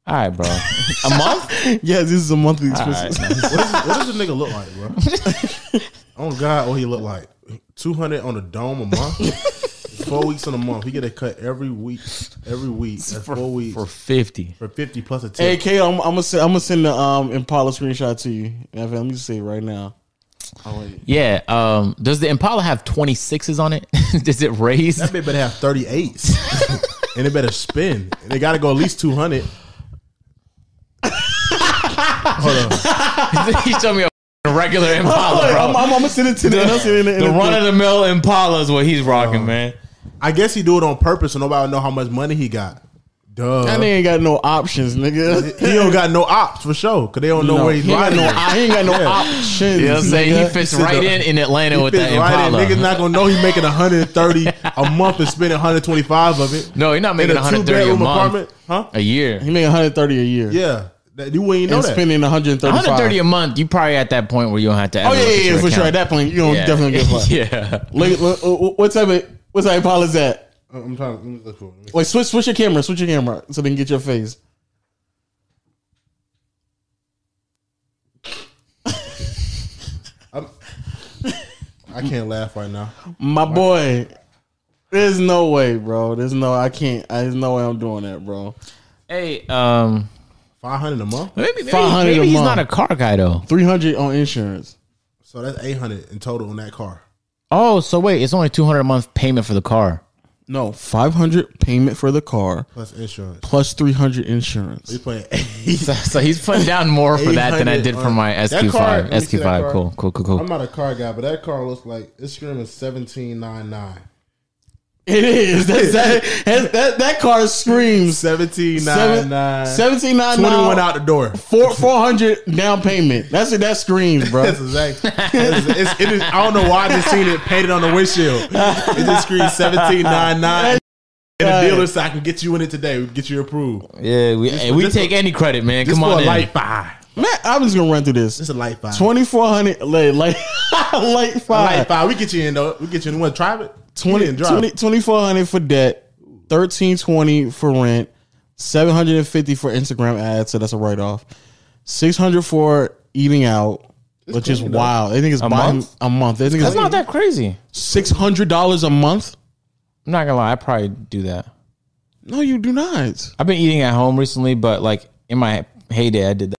All right, bro. a month? yeah. This is a monthly All expense. right. what, is, what does the nigga look like, bro? oh God, what he look like? Two hundred on a dome a month. Four weeks in a month. He get a cut every week. Every week. That's four weeks. for For, fifty. fifty plus a tip. Hey, K, I'm, I'm gonna send, I'm gonna send the um Impala screenshot to you. In fact, Let me say it right now. Oh, wait. Yeah. Um. Does the Impala have twenty sixes on it? Does it raise? That bitch better have thirty eights. and it better spin. And they gotta go at least two hundred. Hold on. he showed me a regular Impala, Wait, Oh, bro. I'm, I'm, I'm gonna send it to the, I'm sending it in the the- run of the mill Impala is what he's rocking, Oh. man. I guess he do it on purpose so nobody would know how much money he got. Duh. That nigga ain't got no options, nigga. he don't got no ops for sure. Cause they don't know No, where he's he ain't riding. got no, on. op- he ain't got no Yeah. options. You know what I'm saying? nigga. He fits He said right the- in in Atlanta with that Fits right in. Impala. Niggas not gonna know he making 130 a month and spending 125 of it. no, he's not making in a two 130 a bedroom month, apartment, huh? a year. He made 130 a year. Yeah, that, you wouldn't even know and that. spending 135. 130 a month. You probably at that point where you don't have to. Oh yeah, yeah, yeah, for sure. At that point, you don't yeah. definitely get fucked. yeah. Look, look, look, uh, what type of what type of Impala is that? Uh, I'm trying. Let me look for it. Wait, switch switch your camera, switch your camera, so they can get your face. I can't laugh right now. My boy, there's no way, bro. There's no, I can't. I, there's no way I'm doing that, bro. Hey, um, 500 a month, maybe maybe, 500 maybe a he's month. not a car guy though. 300 on insurance. so that's 800 in total on that car. Oh, so wait, it's only 200 a month payment for the car. No, 500 payment for the car Plus insurance. plus 300 insurance. He's playing eight. So, so he's putting down more for that than I 800 did for on- my That SQ5. car- let me see that SQ5, car. cool, cool, cool, cool. I'm not a car guy, but that car looks like it's screaming 1799. It is. That's, that, that, that, that car screams 1799. 1799. 21 out the door. Four, 400 down payment. That's it. That screams, bro. That's exactly. It's, it's, it is, I don't know why I just seen it painted on the windshield. It just screams seventeen nine nine. And the Right. dealer said, "I can get you in it today. We can get you approved. Yeah, we hey, we this take any credit, man. Just Come for on, a in. light buy. Man, I'm just gonna run through this. Just a light buy. Twenty four hundred, like, like, like A light five. buy. We get you in though. We get you in. What? Drive it. Twenty and drive. 20 2400 for debt, thirteen twenty for rent, seven hundred and fifty for Instagram ads. So that's a write off. Six hundred for eating out, which is clean, though. wild. They think it's a month? a month. They think That's not it's that crazy. six hundred dollars a month. I'm not gonna lie, I probably do that. No, you do not. I've been eating at home recently, but like in my heyday, I did that.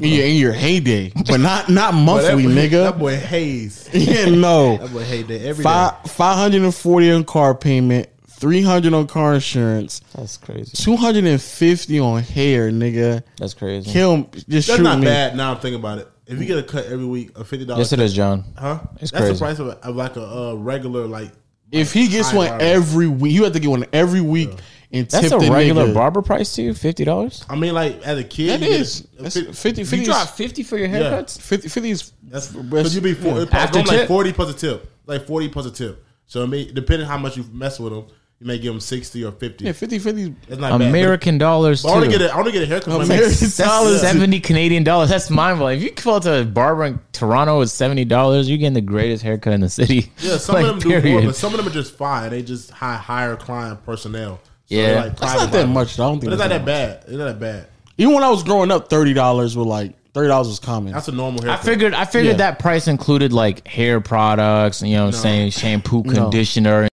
Yeah, in your heyday, but not not But that, monthly, boy, that nigga. boy Hayes. Yeah, no. That boy Hayes did every day. Five five hundred and forty on car payment, three hundred on car insurance, That's crazy. two hundred and fifty on hair, nigga. That's crazy. Kill m- just That's shoot not me. bad. Now I'm thinking about it. If you get a cut every week of fifty dollars, yes, it is, John. huh? It's That's the crazy. price of, a, of like a uh, regular like. If he gets High one barber. every week, you have to get one every week and tip That's a the regular nigga. barber price too. Fifty dollars. I mean, like as a That kid, you get is. a That's fif- 50, 50 fifty for your haircuts? 50, 50 is That's Best- because you be four, yeah. it's probably After like tip. forty plus a tip, like forty plus a tip. So it may, depending how much you mess with them, you may give them sixty or fifty. yeah, 50, 50. It's not bad. American dollars But I want to too. get a, I want to get a haircut. American Like, That's dollars. seventy Canadian dollars. That's mind blowing. If you go to a barber in Toronto with seventy dollars, you're getting the greatest haircut in the city. yeah, some Like, of them do more, but some of them are just fine. They just hire higher client personnel. So Yeah. they're, That's That's private not that barbers. much. though. I don't think But it's that's not that bad. It's not that bad. Even when I was growing up, thirty dollars were like thirty dollars was common. That's a normal I haircut. figured I figured Yeah. that price included like hair products, you know what I'm saying, shampoo, conditioner,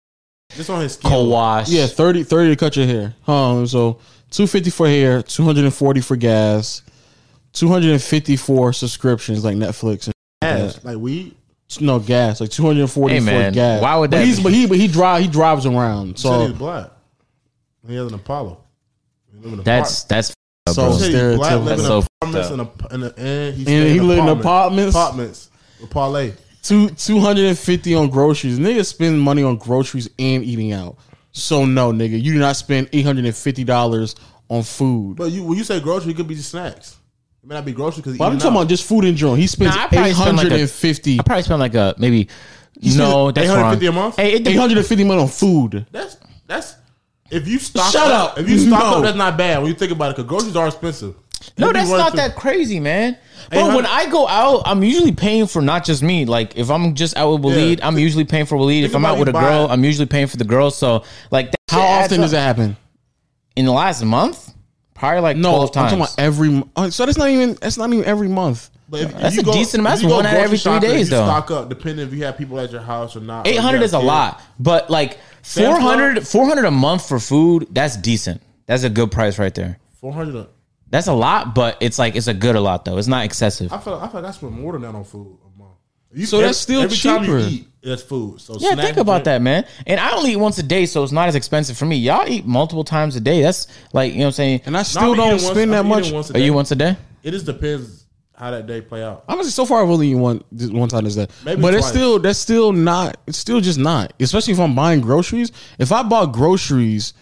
just on his skin. co wash. Yeah, 30, 30 to cut your hair. Um, so two fifty for hair, two hundred and forty for gas, two hundred and fifty for subscriptions like Netflix and Ass, like weed. no gas, like two hundred and forty Hey, for man, gas. why would But that he's be? but he but he drive he drives around. So he's So black. He has an Apollo. He live in a That's that's f- So- bro. He said he's black, Stereotypical. live in That's so apartments and a- and a- and he and stay he in live in apartments. apartments. apartments with parlay. Two two hundred and fifty on groceries. Niggas spend money on groceries and eating out. So no, nigga, you do not spend eight hundred and fifty dollars on food. But you when you say grocery, it could be just snacks. It may not be grocery because But I'm talking about just food and drink. He spends Nah, I probably spend like a- 850 I probably spend like a maybe. No, that's spends wrong. 850 a month? Hey, it depends. 850 money on food. That's that's if you stock Shut up, up. If you stock No. up, that's not bad when you think about it. Because groceries are expensive. No, If you that's run not through- that crazy, man. But 800 when I go out, I'm usually paying for not just me. Like if I'm just out with Waleed, Yeah. I'm usually paying for Waleed. If I'm about out with a you girl, buying- I'm usually paying for the girl. So like that How often does that that happen? in the last month? Probably like No, I'm twelve times. talking about every. m- oh, So that's not even. That's not even every month. But if, if That's you a decent amount. if you One out of grocery every three shopping, days, you though. Stock up, depending if you have people at your house or not. or you Eight hundred got is a kids. lot, but like Sam's 400, 400 a month for food. That's decent. That's a good price right there. Four hundred. That's a lot, but it's like it's a good a lot though. It's not excessive. I feel. I feel like I spend more than that on food a month. You- So that's still cheaper. that's food. So Yeah, snack think about drink- that, man. And I only eat once a day, so it's not as expensive for me. Y'all eat multiple times a day. That's like you know what I'm saying. And I No, I'm still eating don't once- spend I'm that eating much. once Are a day. you once a day? It just depends how that day play out. Honestly, so far I've only eaten one just one time is that. Maybe but it's twice. still that's still not. It's still just not. Especially if I'm buying groceries. If I bought groceries,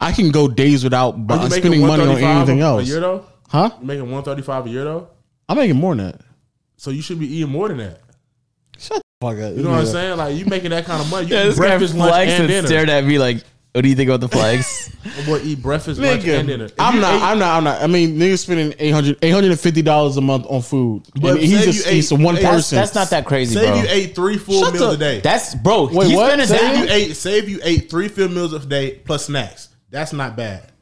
I can go days without Are bu- you making spending money on 135 anything A else. year though, Huh? you making one thirty five a year though. I'm making more than that. So you should be eating more than that. Shut the fuck up. You know what I'm saying? Like you making that kind of money. You eat breakfast, lunch, flex and dinner. stared at me like, "What do you think about the flags?" My boy eat breakfast, lunch, and dinner. Nigga, If I'm you not, ate- I'm not, I'm not. I mean, niggas spending 800 $850 a month on food. But and he's say just you he's a ate- one hey, that's, that's- person. that's not that crazy, Say bro. if you ate three full Shut meals the- a day. that's bro. Wait, he's what? been a Say day. Say if you ate say if you ate three full meals a day plus snacks. That's not bad.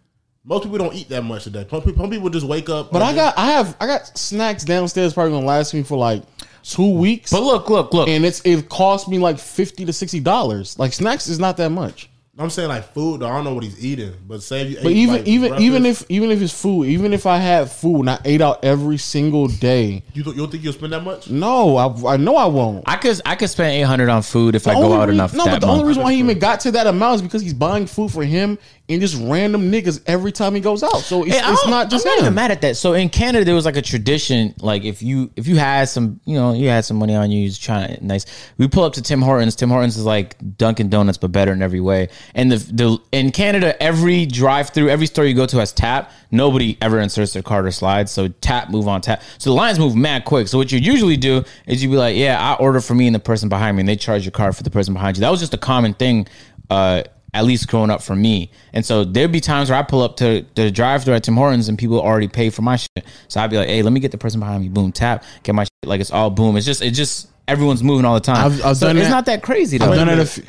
Most people don't eat that much a day. Some people, some people just wake up. But on I the- got, I have, I got snacks downstairs probably gonna last me for like two weeks. But look, look, look. and it's it cost me like fifty to sixty dollars. Like snacks is not that much. I'm saying like food. though, I don't know what he's eating. But say if you. But ate, even like, even breakfast, even if even if it's food, even if I had food and I ate out every single day, you don't, you don't think you'll spend that much. no, I, I know I won't. I could I could spend eight hundred on food if I The go only out rea- enough. Oh, No, that but the month. only reason why he even got to that amount is because he's buying food for him and just random niggas every time he goes out. So it's, Hey, I it's don't- not just I'm not him. even mad at that. So in Canada, there was like a tradition, like if you if you had some, you know, you had some money on you, you was trying to nice. We pull up to Tim Hortons. Tim Hortons is like Dunkin' Donuts, but better in every way. And the the in Canada, every drive through, every store you go to has tap. Nobody ever inserts their card or slides, so tap, move on tap. So the lines move mad quick. So what you usually do is you be like, yeah, I order for me and the person behind me, and they charge your card for the person behind you. That was just a common thing. Uh, at least growing up for me. And so there'd be times where I pull up to the drive thru at Tim Hortons and people already pay for my shit. So I'd be like, hey, let me get the person behind me, boom, tap, get my shit. Like it's all boom. It's just, it's just, everyone's moving all the time. I've- I've so done it's that. not that crazy though. I've done a it a minute. few.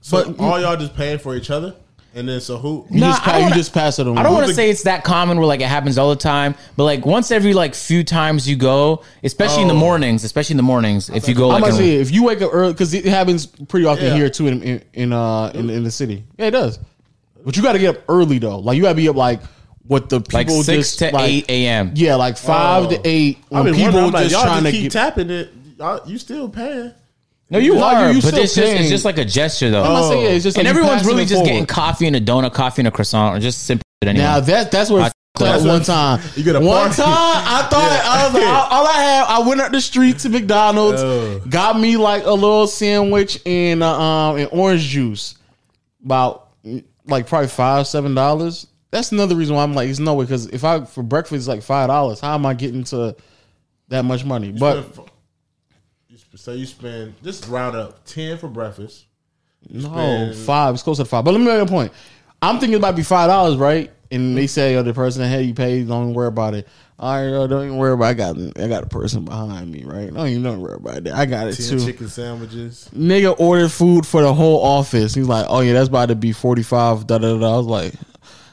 So But- all y'all just paying for each other, and then so who? You, Nah, just, I pa- don't you wanna- just pass it on. I don't want to the- say it's that common where like it happens all the time, but like once every like few times you go, especially in the Oh. mornings, especially in the mornings, if you go I'm like, um, gonna in- say if you wake up early because it happens pretty often Yeah. here too in in in, uh, in in the city. Yeah, it does. But you got to get up early though. Like you got to be up like what the people like six just to like, eight a.m. Yeah, like five Oh. to eight. I When mean, people people just like, y'all trying just to get. keep tapping it. Y'all, you still paying? No, you No, are, you- you but still it's just, it's paying. just like a gesture though. I'm not saying it's just and like you everyone's passing really it just getting forward. coffee and a donut, coffee and a croissant, or just simple shit anyway. Now that that's where I, that's one what- time. You get a one party. time I thought Yeah. I was like, all, all I had. I went up the street to McDonald's, Oh. got me like a little sandwich and uh, um and orange juice, about mm, like probably five seven dollars. That's another reason why I'm like, it's no way because if I for breakfast it's like five dollars, how am I getting to that much money? But You sp- so you spend just round up ten for breakfast. No, spend- five. It's closer to five. But let me make a point. I'm thinking it might be five dollars, right? And Mm-hmm. they say, "Oh, the person ahead you paid, don't worry about it." All right, yo, don't even worry about. It. I got, I got a person behind me, right? Don't even don't worry about that. I got it Ten too. chicken sandwiches. Nigga ordered food for the whole office. He's like, "Oh yeah, that's about to be forty five. Da da da. I was like.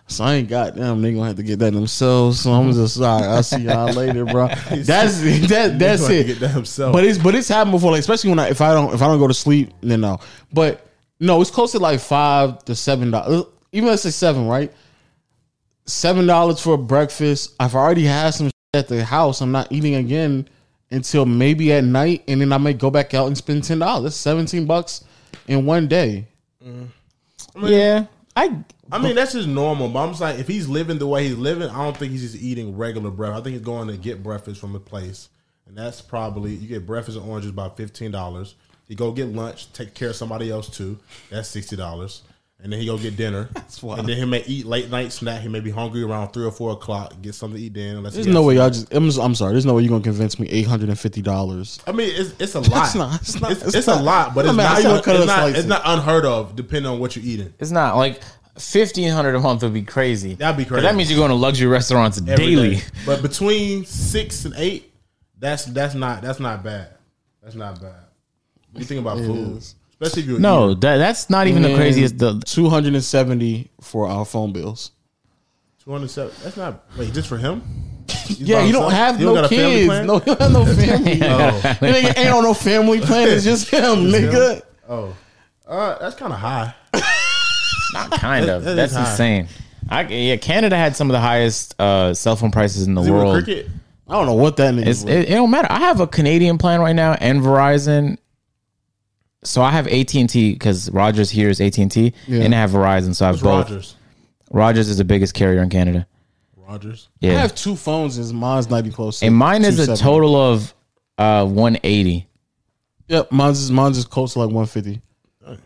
So I ain't got them. They gonna have to get that themselves. So I'm just sorry. I'll see y'all later, bro. That's that. That's He gonna it. Get that himself. But it's but it's happened before, like especially when I if I don't if I don't go to sleep, then no. But no, it's close to like five to seven dollars. Even let's say seven, right? Seven dollars for breakfast. I've already had some at the house. I'm not eating again until maybe at night, and then I may go back out and spend ten dollars. That's seventeen bucks in one day. yeah, I I mean, that's just normal. But I'm just like, if he's living the way he's living, I don't think he's just eating regular breakfast. I think he's going to get breakfast from a place, and that's probably you get breakfast and oranges about fifteen dollars. You go get lunch, take care of somebody else too. That's sixty dollars. and then he go get dinner. That's wild. And then he may eat late night snack. He may be hungry around three or four o'clock. Get something to eat then. Unless There's he no has- way y'all just. I'm, I'm sorry. There's no way you're gonna convince me eight hundred and fifty dollars. I mean, it's, it's a lot. It's not- it's not- It's, it's it's not- a lot, but no it's matter how not. you wanna It's cut it, not, slice it's it. not unheard of, depending on what you're eating. It's not like fifteen hundred a month would be crazy. That'd be 'Cause That crazy. means you're going to luxury restaurants every daily. day. But between six and eight, that's that's not that's not bad. That's not bad. You think about food, especially if you're No, that, that's not even the craziest. The, Two hundred and seventy for our phone bills. two hundred seven. That's not wait just for him. He's Yeah, by you don't himself? have He no got a family kids. plan? No, you don't have no family. Oh, That nigga ain't on no family plan. It's just him, nigga. oh, uh, that's kind of high. not kind of. that is that's high. insane. I, yeah, Canada had some of the highest uh, cell phone prices in the Zero world. cricket. I don't know what that nigga. It's, Is. it, it don't matter. I have a Canadian plan right now and Verizon. So I have AT and T because Rogers here is AT and T, and I have Verizon. So I have It's both. Rogers. Rogers is the biggest carrier in Canada. Rogers. I Yeah, have two phones. Is mine's not even close. to and mine is a 270. total of uh, one eighty. Yep, mine's is mine's is close to like one fifty. Dang.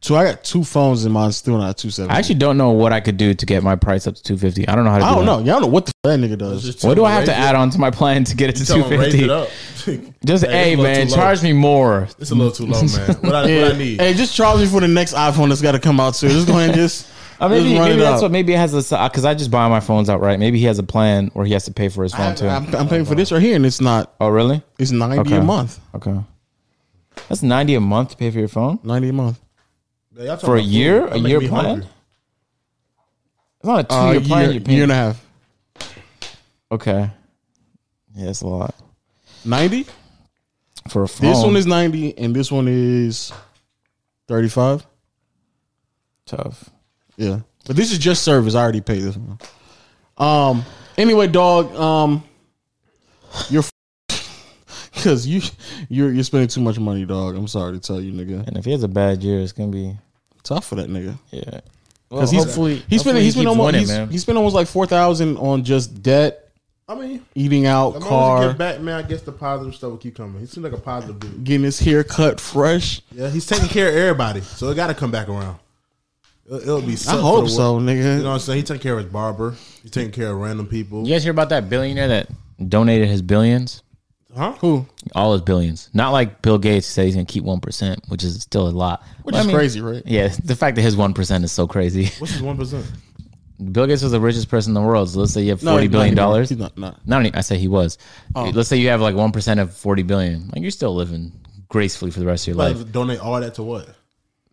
So I got two phones and mine's still not two seventy. I actually don't know what I could do to get my price up to two fifty. I don't know how to. I do don't that. know. Y'all know what the f- that nigga does. Just What do tell I have him to raise add on to my plan to get it to it- tell two him raise fifty? it up. Just hey Hey, it's a little man, too low. charge me more. It's a little too low, man. What I, what I need. Hey, just charge me for the next iPhone that's got to come out soon. Just go ahead and just. Uh, maybe just run maybe it that's up. what maybe it has a because I just buy my phones outright. Maybe he has a plan where he has to pay for his phone too. I'm, I'm paying for this right here, and it's not. oh really? It's ninety a Okay. month. Okay. That's ninety a month to pay for your phone Ninety a month. Y'all talking for a about food. year. That A make year me plan. hungry. It's not a two Uh, year plan. year, you're year paying. and a half. okay. Yeah, that's a lot Ninety. for a phone. This one is ninety, and this one is thirty-five. tough. Yeah, but this is just service. I already paid this one. Um. Anyway, dog. Um. You're because you you're you're spending too much money, dog. I'm sorry to tell you, nigga. And if he has a bad year, it's gonna be Tough for that nigga. yeah. Well, Because he's hopefully he's hopefully spending he he's spending keeps almost winning, he's, man. he spent almost like four thousand on just debt, I mean, eating out, as long as you car, get back, man, I guess the positive stuff will keep coming. He seems like a positive dude. getting his hair cut fresh. Yeah, he's taking care of everybody, so it got to come back around. It'll, it'll be. I something for hope the so, world. nigga. You know what I'm saying? He taking care of his barber. He taking care of random people. You guys hear about that billionaire that donated his billions? Huh? Who? All his billions. Not like Bill Gates said he's gonna keep one percent, which is still a lot. Which But I is mean, crazy, right? Yeah, the fact that his one percent is so crazy. What's his one percent? Bill Gates was the richest person in the world. So let's say you have No, Oh. forty he's not, billion he's not, dollars. He's not. not. Not only I say he was. Let's say you have like one percent of forty billion. Like you're still living gracefully for the rest of your life. Like donate all that to what?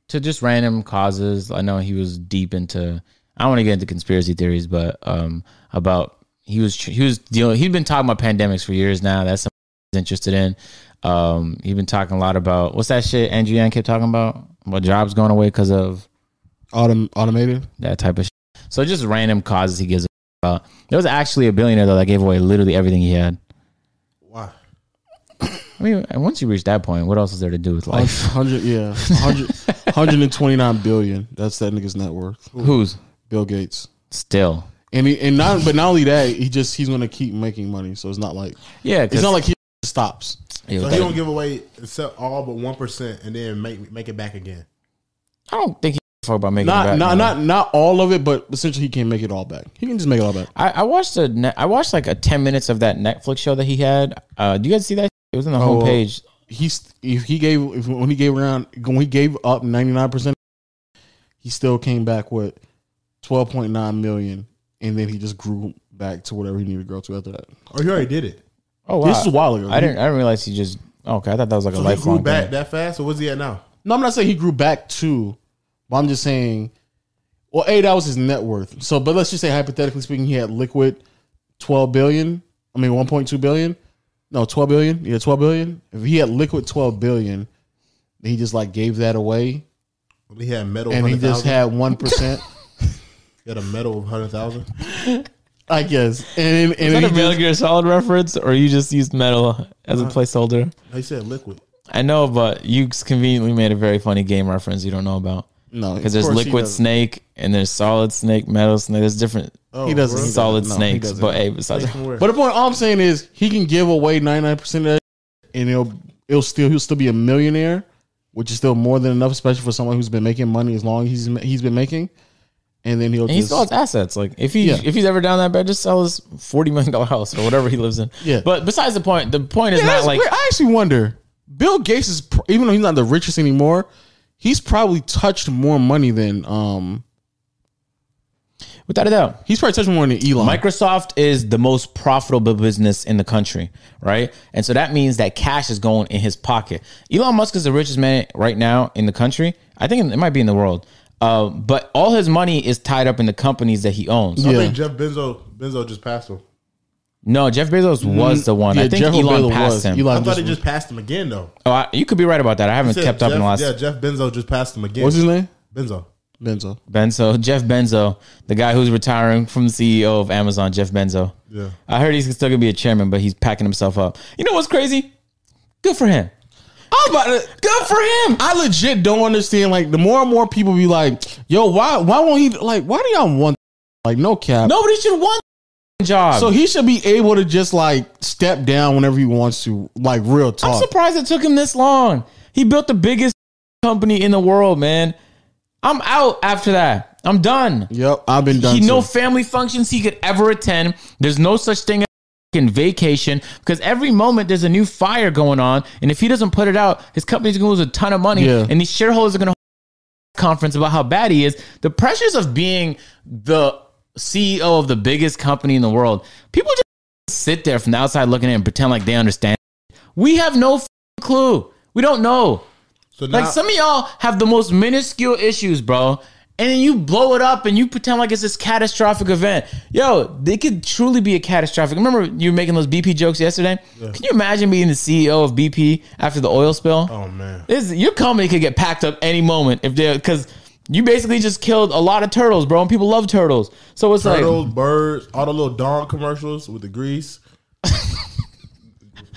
to just random causes. I know he was deep into. I don't want to get into conspiracy theories, but um, about he was he was dealing. He'd been talking about pandemics for years now. That's something he's interested in. Um, he'd been talking a lot about what's that shit Andrew Yang kept talking about about jobs going away because of Autom- automated. that type of. shit. So just random causes he gives a about. There was actually a billionaire though that gave away literally everything he had. Why? I mean, and once you reach that point, what else is there to do with life? Hundred. Yeah. 100, 129 billion. That's that nigga's net worth. Who's Bill Gates. still? And he, and not but not only that, he just he's gonna keep making money. So it's not like Yeah, it's not like he stops. Yeah, with So he that- don't give away except all but one percent, and then make make it back again. I don't think he fuck about making it Not back, not man. not not all of it, but essentially he can make it all back. He can just make it all back. I, I watched a ne- I watched like a ten minutes of that Netflix show that he had. Uh, do you guys see that? It was on the Oh, homepage. he's if he gave if, when he gave around when he gave up 99% he still came back with 12.9 million and then he just grew back to whatever he needed to grow to after that Or he already did it. Oh wow! this is a while ago I didn't I didn't realize he just. Okay, I thought that was like a So he grew lifelong back thing. that fast. So what's he at now? no i'm not saying he grew back to but i'm just saying well a that was his net worth so but let's just say hypothetically speaking he had liquid 12 billion i mean 1.2 billion no 12 billion yeah 12 billion if he had liquid 12 billion he just like gave that away Well, He had metal. and he just 100,000? had 1% he had a medal of hundred thousand. I guess. And and, Is that and a he Uh-huh. Metal just, Gear Solid reference, or you just used metal as a placeholder? He said liquid. I know, but you conveniently made a very funny game reference you don't know about no, because there's Liquid Snake and there's Solid Snake, Metal Snake. There's different Oh, He doesn't. really? He solid doesn't. No, he snakes. doesn't. But hey, besides, From where? But the point all I'm saying is he can give away 99 percent of that, and it'll it'll still he'll still be a millionaire which is still more than enough, especially for someone who's been making money as long as he's he's been making. And then he'll And he just still has assets. Like if he Yeah. if he's ever down that bad, just sell his forty million dollar house or whatever he lives in. Yeah. But besides the point, the point is Yeah, not that's like weird. I actually wonder. Bill Gates is pr- even though he's not the richest anymore, he's probably touched more money than um without a doubt. he's probably touched more than Elon. Microsoft is the most profitable business in the country, right? And so that means that cash is going in his pocket. Elon Musk is the richest man right now in the country. I think it might be in the world. Uh, but all his money is tied up in the companies that he owns. I Yeah. think Jeff Benzo Benzo just passed him. No, Jeff Bezos was the one. I Mm-hmm. Yeah, think Jeff Elon Bezos passed was. him. I Elon thought just, he just passed him again though. Oh, I, you could be right about that. I haven't Said kept up in the Jeff- last. Yeah, Jeff Benzo just passed him again. what's his name? Benzo. Benzo. Benzo, Jeff Benzo, the guy who's retiring from the CEO of Amazon, Jeff Benzo. Yeah. I heard he's still gonna be a chairman, but he's packing himself up. You know what's crazy? Good for him. I'm about to, Good for him. I legit don't understand. Like the more and more people be like, "Yo, why why won't he like why do y'all want like no cap?" Nobody should want a job. So So he should be able to just like step down whenever he wants to. Like real talk. I'm surprised it took him this long. He built the biggest company in the world, man. I'm out after that. I'm done. yep, I've been done. he too. no family functions he could ever attend. There's no such thing as fucking vacation because every moment there's a new fire going on, and if he doesn't put it out, his company's gonna lose a ton of money, Yeah. and these shareholders are gonna hold a conference about how bad he is. The pressures of being the CEO of the biggest company in the world, people just sit there from the outside looking in and pretend like they understand. We have no fucking clue. We don't know. So now Like some of y'all have the most minuscule issues, bro. And then you blow it up and you pretend like it's this catastrophic event. Yo, they could truly be a catastrophic. Remember you were making those BP jokes yesterday? Can you imagine being the CEO of BP after the oil spill? Oh man. This, your company could get packed up any moment if they because you basically just killed a lot of turtles, bro. And people love turtles. So it's like Turtles, birds, all the little Dawn commercials with the grease.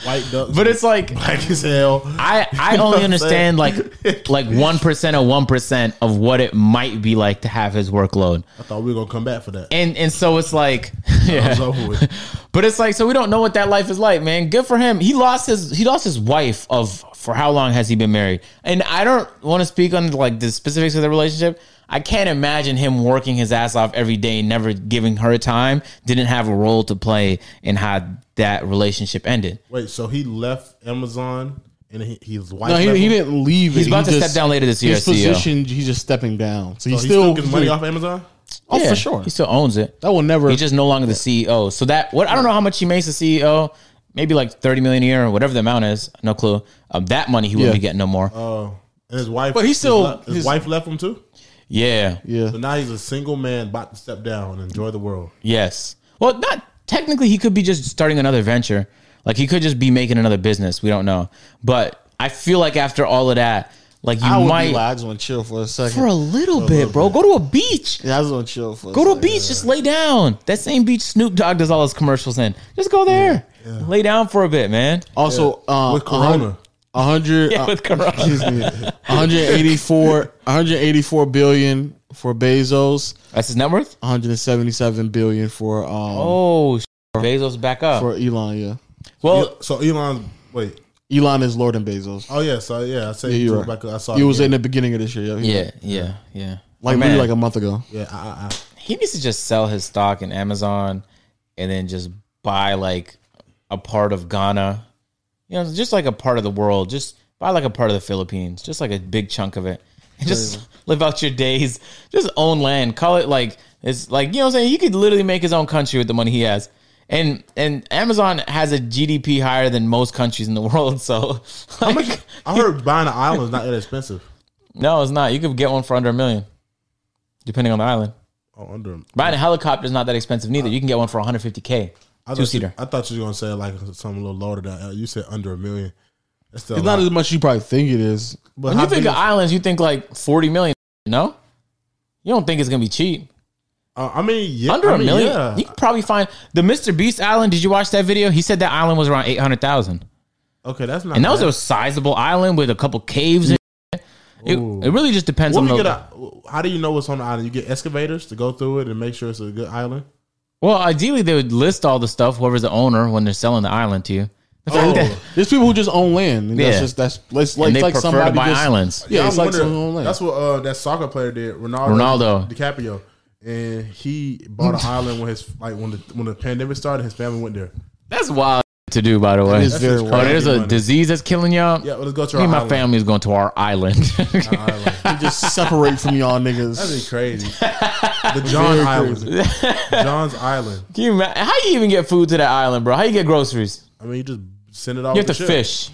White ducks. but it's like black as hell. I, I You know what only I'm understand saying? like like one percent of one percent of what it might be like to have his workload. I thought we were gonna come back for that. and and so it's like It's yeah. over with. but it's like so we don't know what that life is like man good for him he lost his he lost his wife of for how long has he been married and i don't want to speak on like the specifics of the relationship i can't imagine him working his ass off every day never giving her time didn't have a role to play in how that relationship ended Wait, so he left Amazon and he, his wife. No, he, left he him? didn't leave. he's it. about He to just- step down later this year E His as CEO. position, he's just stepping down. So he's So he still, still getting money off Amazon. Oh, Yeah, for sure. he still owns it that will never. He's just no longer the CEO. So that what I don't know how much he makes the CEO. Maybe like thirty million a year or whatever the amount is. No clue. Um, that money he wouldn't Yeah. Uh, be getting no more. Oh, and his wife. But he his still- le- his, his- wife left him too. yeah. yeah. So now he's a single man, about to step down and enjoy the world. Yes. Well, not technically. He could be just starting another venture. Like he could just be making another business. We don't know. But I feel like after all of that, like you I would might be like, I just want to chill for a second. for a little bit, bro. Go to a beach. yeah, I just want to chill for. Go to a second. beach. Just lay down. That same beach Snoop Dogg does all his commercials in. Just go there. Lay down for a bit, man. Also, uh, With Corona. a hundred, Yeah, uh, with Corona. excuse me, 184, 184 billion for Bezos, That's his net Mm. worth. 177 billion for um Oh, sh- Bezos back up. for Elon. Yeah, well, E, so Elon's wait. Elon is Lord and Bezos. Oh yeah, so yeah, I said Yeah, he you drew right. it back up. I saw He it was in again. the beginning of this year. Yeah, he- yeah, yeah, yeah. like Man, maybe like a month ago. Yeah, I, I, I. he needs to just sell his stock in Amazon, and then just buy like a part of Ghana. You know, just like a part of the world. Just buy like a part of the Philippines. Just like a big chunk of it. And just live out your days. Just own land. Call it like it's like you know what I'm saying. He could literally make his own country with the money he has. And and Amazon has a GDP higher than most countries in the world. So like, I heard buying an island is not that expensive. No, it's not. You could get one for under a million, depending on the island. Oh, under him. Buying a helicopter is not that expensive neither. You can get one for 150k, I thought two you- seater. I thought you were gonna say like something a little lower than that. You said under a million. That's still It's a not lot. as much as you probably think it is. But When how you think big of is- islands, you think like 40 million. No, you don't think it's gonna be cheap. uh, I mean, yeah, Under I a mean, million, yeah. you could probably find the Mr. Beast Island. Did you watch that video? He said that island was around 800,000, Okay, that's not. and that was bad. a sizable island with a couple caves. And shit. Ooh. it, it really just depends When on we the. get a, how do you know what's on the island? You get excavators to go through it and make sure it's a good island. well, ideally they would list all the stuff. Whoever's the owner when they're selling the island to you. Oh. There's people who just own land. And That's Yeah. just that's it's like and they it's like prefer somebody to buy just, islands. Yeah, I it's like wonder- someone own land. that's what uh, that soccer player did, Ronaldo, Ronaldo. DiCaprio, and he bought an island when his like when the when the pandemic started, his family went there. That's wild to do, by the way. is very just wild. Oh, there's a Money. disease that's killing y'all. Yeah, well, let's go to Me our and my island. family's going to our island. Island. You just separate from y'all niggas. That'd be crazy. The John Very Island, John's Island. Can you imagine? How you even get food to that island, bro? How you get groceries? I mean, you just send it off. You have to the ship. fish.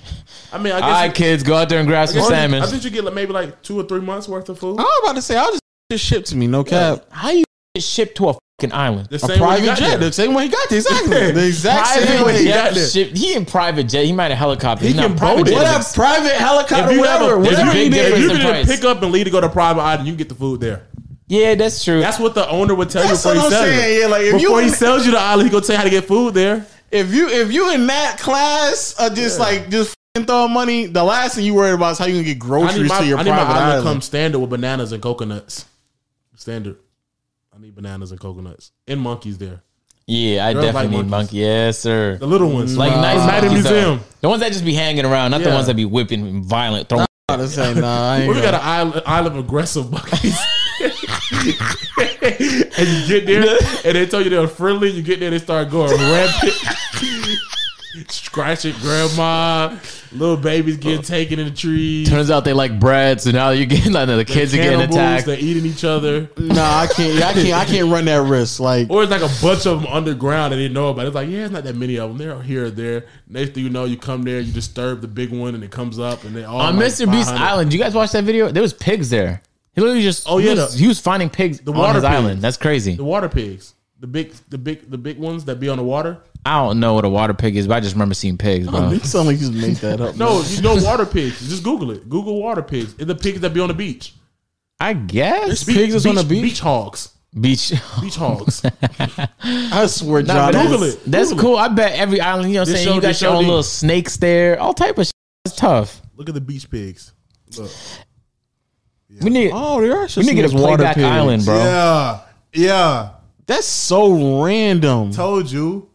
I mean, I All right, guess. kids, go out there and grab some you, salmon. I think you get like maybe like two or three months worth of food. I was about to say I'll just just ship to me, no cap. How you get shipped to a fucking island? The A same way you private got jet, there. the same way he got there, exactly. The exact same Private way. he jet got there. shipped- He in private jet. He might have helicopter. He can private boat it. jet. What Whatever, private helicopter, If you have a- whatever, if there's a whatever. big you did, difference if you in didn't price. pick up and leave to go to private island, you can get the food there. Yeah, that's true. That's what the owner would tell That's you what before I'm he sells saying, it. yeah, like, if you before he wouldn't- sells you the island, he gonna tell you how to get food there. If you if you in that class, uh, just like just fing throwing money, the last thing you worried about is how you gonna get I need groceries my, to your I need my private island, island. come standard with bananas and coconuts. Standard. I need bananas and coconuts and monkeys there. yeah, I Girls like definitely need monkeys. monkey. Yes, sir. The little ones, Like Wow. nice Night in monkeys, though. museum. The ones that just be hanging around, not the Yeah. ones that be whipping and violent. Throwing. I'm about to say, nah, I ain't Well, we gonna- got an island, island of aggressive monkeys. and you get there, and they tell you they're friendly. You get there, they start going rampant, scratching grandma, little babies Oh. getting taken in the trees. Turns out they like bread, so now you're getting like the kids are getting cannibals, attacked. They're eating each other, nah, I can't, I can't, I can't run that risk. Like or it's like a bunch of them underground and they know about. it. It's like yeah, it's not that many of them. They're here or there. Next thing you know, you come there, you disturb the big one, and it comes up, and they all On like, Mr. Uh, Beast 500. Island, you guys watch that video? There was pigs there. He literally just Oh, he yeah, was, the- he was finding pigs on water his pig. island. That's crazy. The water pigs, the big, the big, the big ones that be on the water. I don't know what a water pig is, but I just remember seeing Oh, pigs, bro. you sound like you just made that up. No, you know water pigs. Just Google it. Google water pigs. It's the pigs that be on the beach. I guess Be- Pigs is on the beach? Beach hogs. beach. Beach hogs. I swear, Nah, John. but that's- Google that's, it. that's Google cool. I bet every island, you know, what I'm This saying show- you this got your show own deep. little snakes there, all type of. Shit. It's tough. Look at the beach pigs. Look. We need Oh, there are we need to get a playback island, bro. Yeah. Yeah. That's so random. Told you.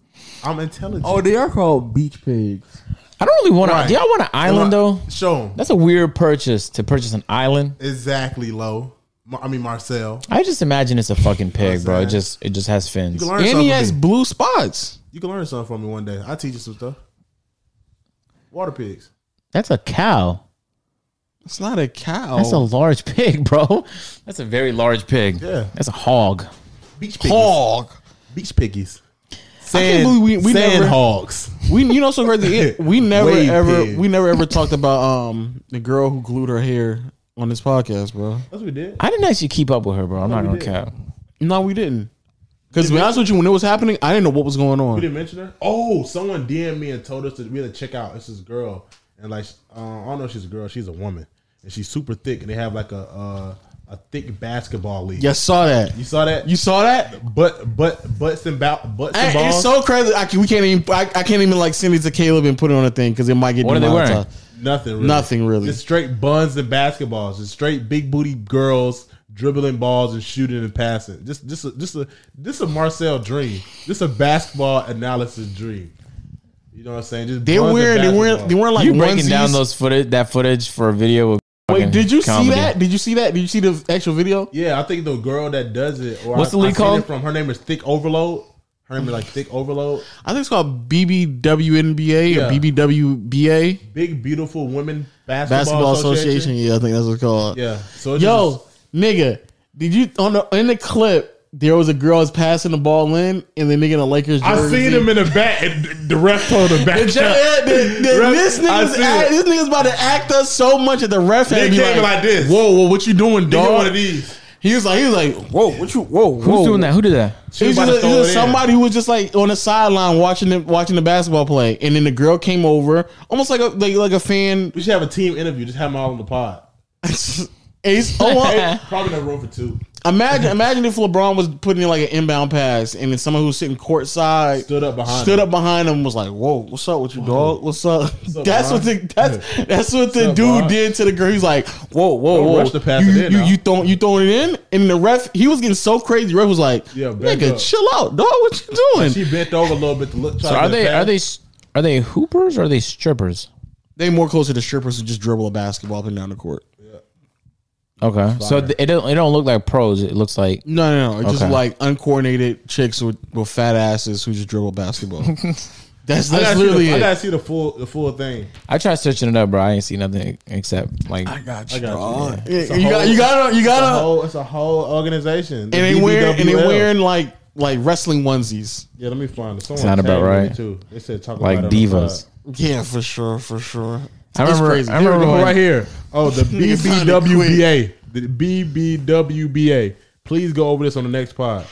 I'm intelligent. they are called beach pigs. I don't really want to. Right. Do y'all want an island though? Show him. That's a weird purchase to purchase an island. Exactly, Low. I mean, Marcel. I just imagine it's a fucking pig, bro. It just it just has fins. You can learn And something. he has from me. E blue spots. You can learn something from me one day. I'll teach you some stuff. Water pigs. That's a cow. It's not a cow. That's a large pig, bro. Oh. That's a very large pig. Yeah. That's a hog. Beach piggies. hog. Beach piggies. I can't believe we, we sand never, hogs. we you know so crazy. It, we never Wave ever pig. we never ever talked about um the girl who glued her hair on this podcast, bro. That's what we did. I didn't actually keep up with her, bro. I'm not gonna did. cap. No, we didn't. Because to be honest with you, when it was happening, I didn't know what was going We on. didn't mention her. Oh, someone DM'd me and told us that we had to check out. It's this girl, and like uh, I don't know if she's a girl. She's a woman, and she's super thick. And they have like a uh, a thick basketball league. Yeah, saw that. you saw that. You saw that? but but butts and ba- butts and I, it's balls. so crazy. I, can- we can't even. I, I can't even like send it to Caleb and put it on a thing because it might get. What are they wearing? demonetized. nothing, really. Nothing really. Just straight buns and basketballs. Just straight big booty girls dribbling balls and shooting and passing. Just just a, just a this a Marcel dream. This a basketball analysis dream. You know what I'm saying? Just They buns and wearing. They wearing. basketballs. They wearing like you breaking onesies. down those footage that footage for a video? With Wait, fucking did you comedy. see that? Did you see that? Did you see the actual video? Yeah, I think the girl that does it. Or What's I, the league I seen called? it From her name is Thick Overload. Her name is like Thick Overload. I think it's called BBWNBA Yeah. or BBWBA Big beautiful women basketball, Basketball Association. association. Yeah, I think that's what it's called. Yeah. So it's Yo, nigga, did you on the in the clip? There was a girl was passing the ball in, and the nigga in the Lakers. just- I jersey- seen him in the back, and the ref told him back. The up. ju- yeah, the- the- Ref- this I nigga's see act- it. this nigga's about to act us so much that the ref had to Nick be came like, like this. Whoa, whoa, what you doing, He dog? one of these. He was like, he was like, whoa, what you, whoa, whoa. Who's doing that? Who did that? It was She about just, to it throw was it in. somebody who was just like on the sideline watching the watching the basketball play, and then the girl came over, almost like a like, like a fan. We should have a team interview. Just have them all on the pod. Ace, oh, uh, Probably no room for two. imagine imagine if LeBron was putting in like an inbound pass, and then someone who was sitting courtside Stood up behind stood him. up behind him, and was like, "Whoa, what's up with you, dog? What's up?" up, that's what Bron? the that's that's what the up, dude Bron? did to the girl. He's like, "Whoa, whoa, Don't whoa, rush to pass you, it in you, now. you throwing you throwing it in?" And the ref, he was getting so crazy. The ref was like, Yeah, back nigga, up." chill out, dog. What you doing?" She bent over a little bit to look. Try So to are get they a pass. are they s- Are they hoopers or are they strippers? They more closer to strippers who just dribble a basketball up and down the court. Okay, so th- it don't it don't look like pros. It looks like No, no, no. It's Just Okay. like uncoordinated chicks with, with fat asses who just dribble basketball. that's I that's gotta see literally the, I it. gotta see the full the full thing. I tried searching it up, bro. I ain't see nothing except like got I got you, yeah. It's a You got you whole- gotta you It's a gotta whole, it's a whole organization. The and they wearing and they BBWL. wearing like like wrestling onesies. Yeah, let me find it. Someone not tagged about me right. Too. They said talk like about it on the divas. pod. Yeah, for sure, for sure. I remember. I Here we remember go, when- right here. Oh, the Nigga found it BBWBA. The BBWBA. Please go over this on the next pod.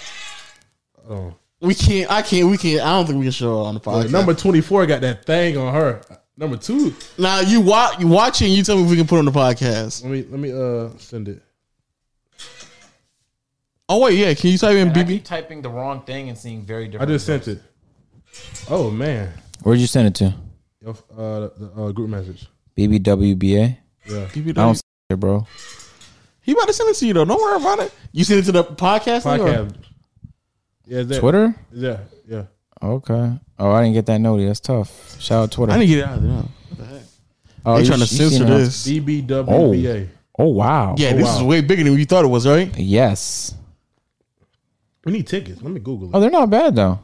Oh. We can't. I can't. We can't. I don't think we can show it on the Like, podcast. number 24 got that thing on her. Number 2. now you watch. You watching? You tell me if we can put it on the podcast. Let me let me uh send it. Oh wait, yeah. Can you type in I BB? keep typing the wrong thing and seeing very I different. just sent it. Oh man. Where'd you send it to? Uh, the uh, group message. BBWBA. Yeah. BBW? I don't see it, bro. He about to send it to you though. Don't worry about it. You send it to the podcast. thing, or- Podcast. Yeah, is that, Twitter. Yeah, yeah. Okay. Oh, I didn't get that notice. That's tough. Shout out Twitter. I didn't get it out of there. What the heck? oh, they you- trying to you seen censor it on- this. DBWBA. Oh wow. Yeah, this is wow. way bigger than you thought it was, right? Yes. We need tickets. Let me Google Oh, it. they're not bad though.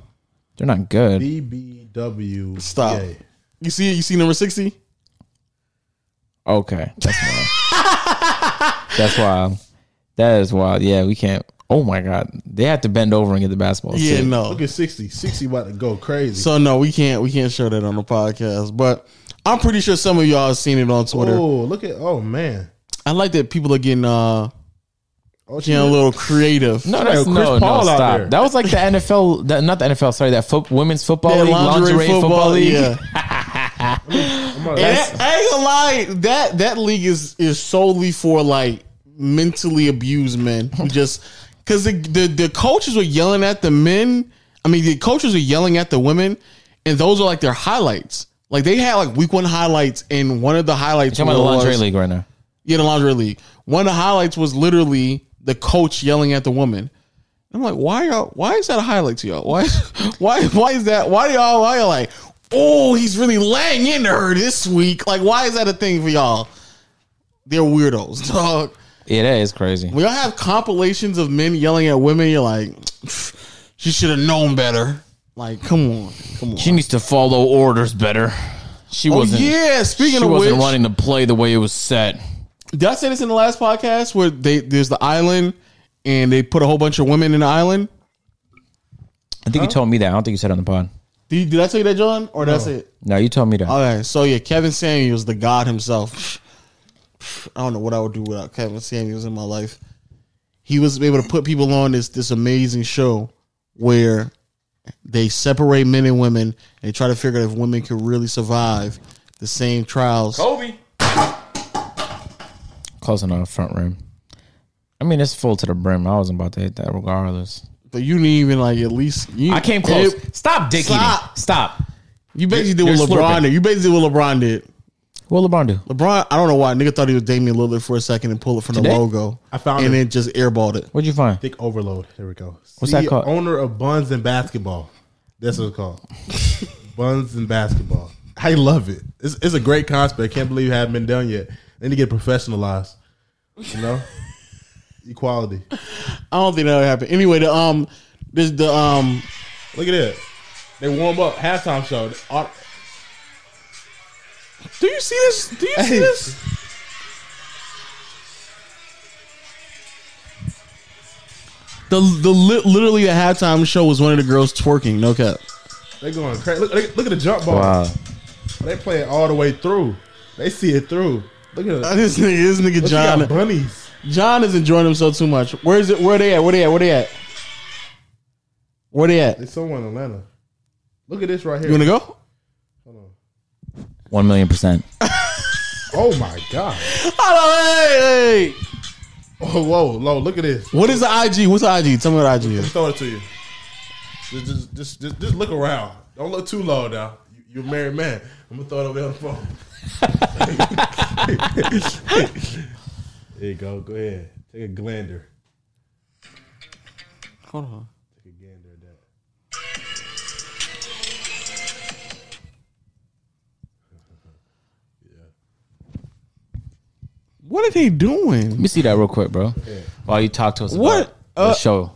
They're not good. DBW. Stop. You see, you see number sixty. Okay. That's wild. That's wild. That is wild. Yeah, we can't. Oh my god, they have to bend over and get the basketball. Yeah, too. no. Look at 60. 60 about to go crazy. So no, we can't. We can't show that on the podcast. But I'm pretty sure some of y'all have seen it on Twitter. oh, look at oh man. I like that people are getting uh Oh, she getting a little creative. No, that's Chris no, Paul no, out stop. there. That was like the NFL, that, not the NFL. Sorry, that foot, women's football Yeah, league, lingerie, football, league. Yeah. I'm like, And that, I ain't gonna lie, that that league is is solely for like mentally abused men who just because the, the the coaches were yelling at the men. I mean, the coaches were yelling at the women, and those are like their highlights. Like they had like week one highlights, and one of the highlights Talking about the was- lingerie league right now. Yeah, the lingerie league. One of the highlights was literally the coach yelling at the woman. I'm like, why y'all? Why is that a highlight to y'all? Why? Why? Why is that? Why do y'all? Why y'all like? Oh, he's really laying into her this week. Like, why is that a thing for y'all? They're weirdos, dog. Yeah, that is crazy. When y'all have compilations of men yelling at women, you're like, she should have known better. Like, come on, come on. She needs to follow orders better. She Oh, wasn't. yeah, speaking she of which, wasn't running the play the way it was set. Did I say this in the last podcast where they there's the island and they put a whole bunch of women in the island? I think you told me that. I don't think you said it on the pod. Did, you- did I tell you that, John? Or that's it? No, you told me that. Okay, so yeah, Kevin Samuels, the God himself. I don't know what I would do without Kevin Samuels in my life. He was able to put people on this this amazing show where they separate men and women and they try to figure out if women could really survive the same trials. Close enough, front rim. I mean, it's full to the brim. I wasn't about to hit that regardless. But you didn't even like at least you, I came close. Stop dick Stop. eating. Stop. you basically did You're what LeBron slurping. did. You basically did what LeBron did. What LeBron do? LeBron, I don't know why. Nigga thought he was Damian Lillard for a second and pulled it from Today? the logo. I found and it. then just airballed it. What'd you find? Thick overload. There we go. What's that The called? Owner of Buns and Basketball. That's what it's called. Buns and Basketball. I love it. It's, it's a great concept. Can't believe it hasn't been done yet. They need to get professionalized. You know, equality. I don't think that'll happen. Anyway, the um, this the um, Look at that. They warm up halftime show. Au- do you see this? Do you see Hey. this? The the li- literally the halftime show was one of the girls twerking. No cap. They going crazy. Look, look, look at the jump ball. Wow. They play it all the way through. They see it through. Look at it. This nigga, this nigga Look, John, got John, bunnies. John is enjoying himself too much. Where is it? Where they at? Where they at? Where they at? Where they at? It's somewhere in Atlanta. Look at this right here. You wanna go? One million percent. oh my god. Hello, hey, hey. Oh whoa, low. Look at this. What is the IG? What's the IG? Tell me what the IG is. Just throw it to you. Just, just, just, just, just look around. Don't look too low now. You, you're a married man. I'm gonna throw it over there on the phone. there you go. Go ahead. Take a glander. Hold on. Take a gander at that. What are they doing? Let me see that real quick, bro. While you talk to us What? about the Uh, show.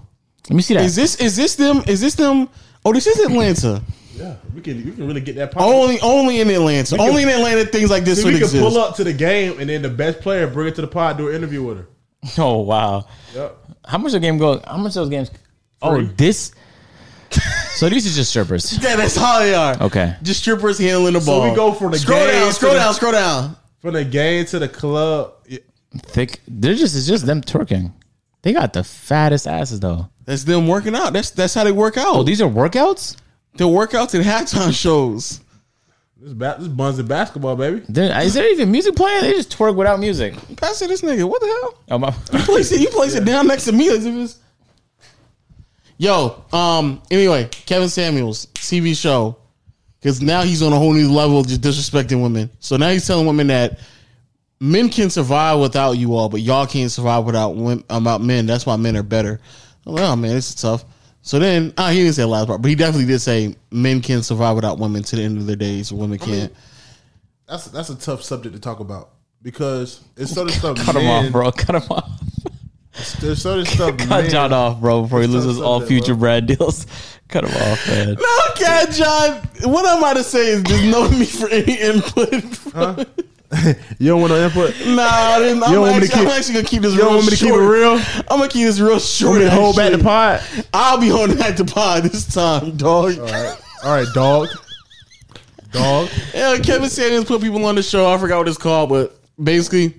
Let me see that. Is this is this them? Is this them? Oh, this is Atlanta. Yeah, we can we can really get that. Pocket. Only only in Atlanta. can- only in Atlanta things like this See, would we can exist. pull up to the game and then the best player bring it to the pod, do an interview with her. oh wow. Yep. How much the game goes? How much those games? Oh, Free. this. so these are just strippers. Yeah, that's how they are. Okay. Just strippers handling the ball. we go for the scroll gays down, to scroll the- down, scroll down. From the game to the club, yeah, Thick. They're just it's just them twerking. They got the fattest asses though. That's them working out. That's that's how they work out. Oh, these are workouts. the workouts and halftime shows. this ba- this buns in basketball, baby. There- Is there even music playing? They just twerk without music. Pass it this nigga. What the hell? Oh my. place it. You place it down next to me as if it's. Yo, um. Anyway, Kevin Samuels TV show, because now he's on a whole new level, of just disrespecting women. So now he's telling women that men can survive without you all, but y'all can't survive without women, about men. That's why men are better. I'm like, oh man, this is tough. So then, oh, he didn't say the last part, but he definitely did say men can survive without women to the end of their days. Women can't. That's that's a tough subject to talk about because it's sort of stuff. Cut him off, bro. Cut him off. There's sort of stuff. Cut John uh, off, bro, before he It's loses so all simple, future Brad deals. Cut him off, man. Okay, John. What I'm about to say is there's no need for any input. You don't want to input. You Nah, I didn't- I'm, don't want me actually, to keep- I'm actually gonna keep this don't real want me to keep it short. real. I'm gonna keep this real short. to hold back the pod. I'll be holding back the pod this time, dog. Oh. All right, dog. Dog. Yeah, Kevin Samuels put people on the show. I forgot what it's called, but basically,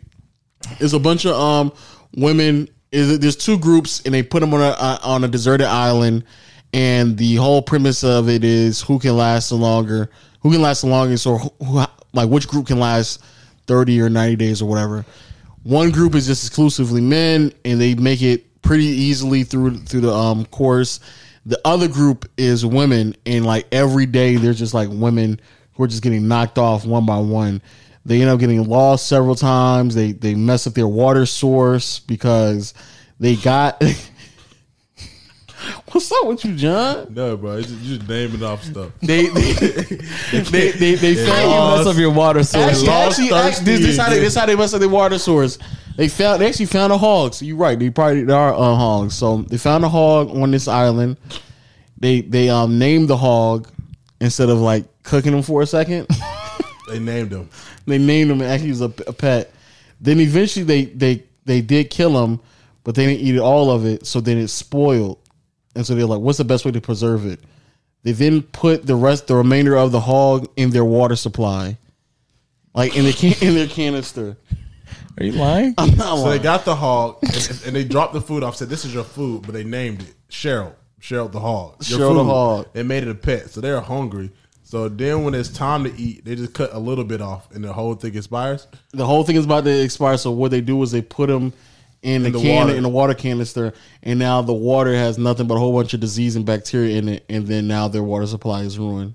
it's a bunch of um women. Is there's two groups, and they put them on a uh, on a deserted island, and the whole premise of it is who can last the longer, who can last the longest, or who, who like which group can last thirty or ninety days or whatever. One group is just exclusively men, and they make it pretty easily through through the um course. The other group is women, and like every day, there's just like women who are just getting knocked off one by one. They end up getting lost several times. They they mess up their water source because they got. What's up with you, John? No, bro. It's just, you just naming off stuff. They they they they, they You fell. mess up your water source. Actually, lost actually, actually this, this, how they, this how they mess up their water source. They found they actually found a hog. So you're right. They probably they are uh, hogs. So they found a hog on this island. They they um named the hog instead of like cooking them for a second. They named him. They named him actually he was a, a pet. Then eventually they they they did kill him, but they didn't eat it all of it, so then it spoiled. And so they're like, "What's the best way to preserve it?" They then put the rest, the remainder of the hog, in their water supply, like in the can, in their canister. Are you lying? I'm not So they lying. got the hog and, and they dropped the food off. Said this is your food, but they named it Cheryl. Cheryl the hog. Your Cheryl the food. hog. They made it a pet, so they're hungry. So then when it's time to eat, they just cut a little bit off, and the whole thing expires. the whole thing is about to expire. So what they do is they put them in, the, the can water. in the water canister, and now the water has nothing but a whole bunch of disease and bacteria in it, and then now their water supply is ruined.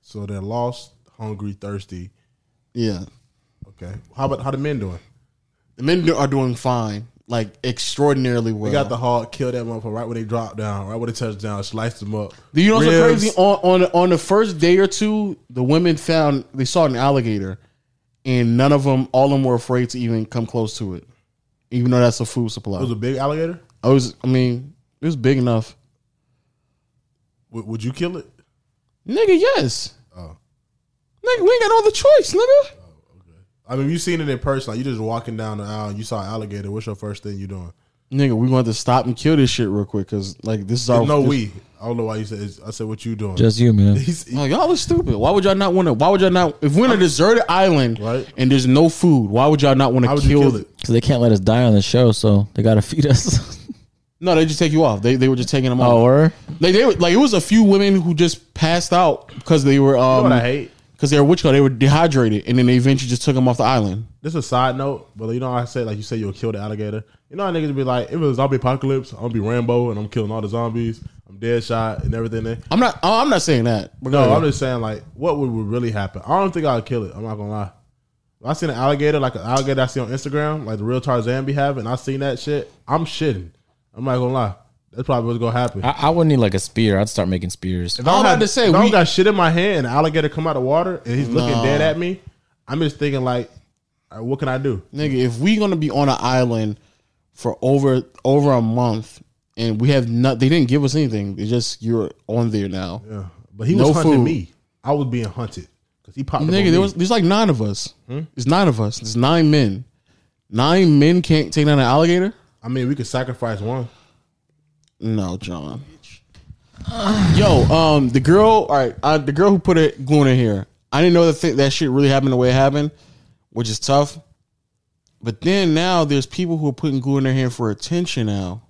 So they're lost, hungry, thirsty. Yeah. Okay, how about how the men doing? The men do- are doing fine, like extraordinarily well. They got the hog, killed that motherfucker right when they dropped down, right when they touched down, sliced them up. Do you know what's so Ribs. crazy? On, on on the first day or two, the women found they saw an alligator, and none of them, all of them, were afraid to even come close to it, even though that's a food It was supply. a big alligator. I was, I mean, it was big enough, Would, would you kill it? nigga. Yes, Oh. nigga, we ain't got all the choice, nigga. I mean, you seen it in person. Like you just walking down the aisle, and you saw an alligator. What's your first thing you doing? Nigga, we going to stop and kill this shit real quick because like this is our No, this- we. I don't know why you said. it's- I said, "What you doing?" Just you, man. He's, he- No, Oh, y'all are stupid. Why would y'all not want to? Why would y'all not? If we're in a deserted island Right. and there's no food, why would y'all not want how to would you kill kill it? it? Because they can't let us die on the show, so they gotta feed us. No, they just take you off. They they were just taking them off. or Like they were, like it was a few women who just passed out because they were um what I hate? because they were witch call they were dehydrated and then they eventually just took them off the island. This is a side note, but you know how I said like you say you'll kill the alligator. You know how niggas be like, if it was zombie apocalypse, I'm gonna be Rambo and I'm killing all the zombies. I'm dead shot and everything. There. I'm not oh, I'm not saying that. But No, go I'm ahead. just saying like, what would, would really happen? I don't think I'd kill it. I'm not gonna lie. If I seen an alligator like an alligator I see on Instagram, like the real Tarzan be having. I seen that shit. I'm shitting. I'm not gonna lie. That's probably what's gonna happen. I, I would need like a spear. I'd start making spears. I I'm don't about have- to say, if I we- don't got shit in my hand and an alligator come out of water and he's looking No. dead at me, I'm just thinking like, Uh, What can I do? Nigga, if we gonna be on an island for over over a month and we have not, they didn't give us anything. It's just you're on there now, Yeah. But he was No hunting food. me. I was being hunted because he popped. up on nigga. me. There was there's like nine of us. Hmm? It's nine of us. It's nine men. Nine men can't take down an alligator. I mean, we could sacrifice one. No, John. Yo, um, the girl. All right, uh, the girl who put it gluing in here. I didn't know that th- that shit really happened the way it happened, which is tough. But then now there's people who are putting glue in their hair for attention. Now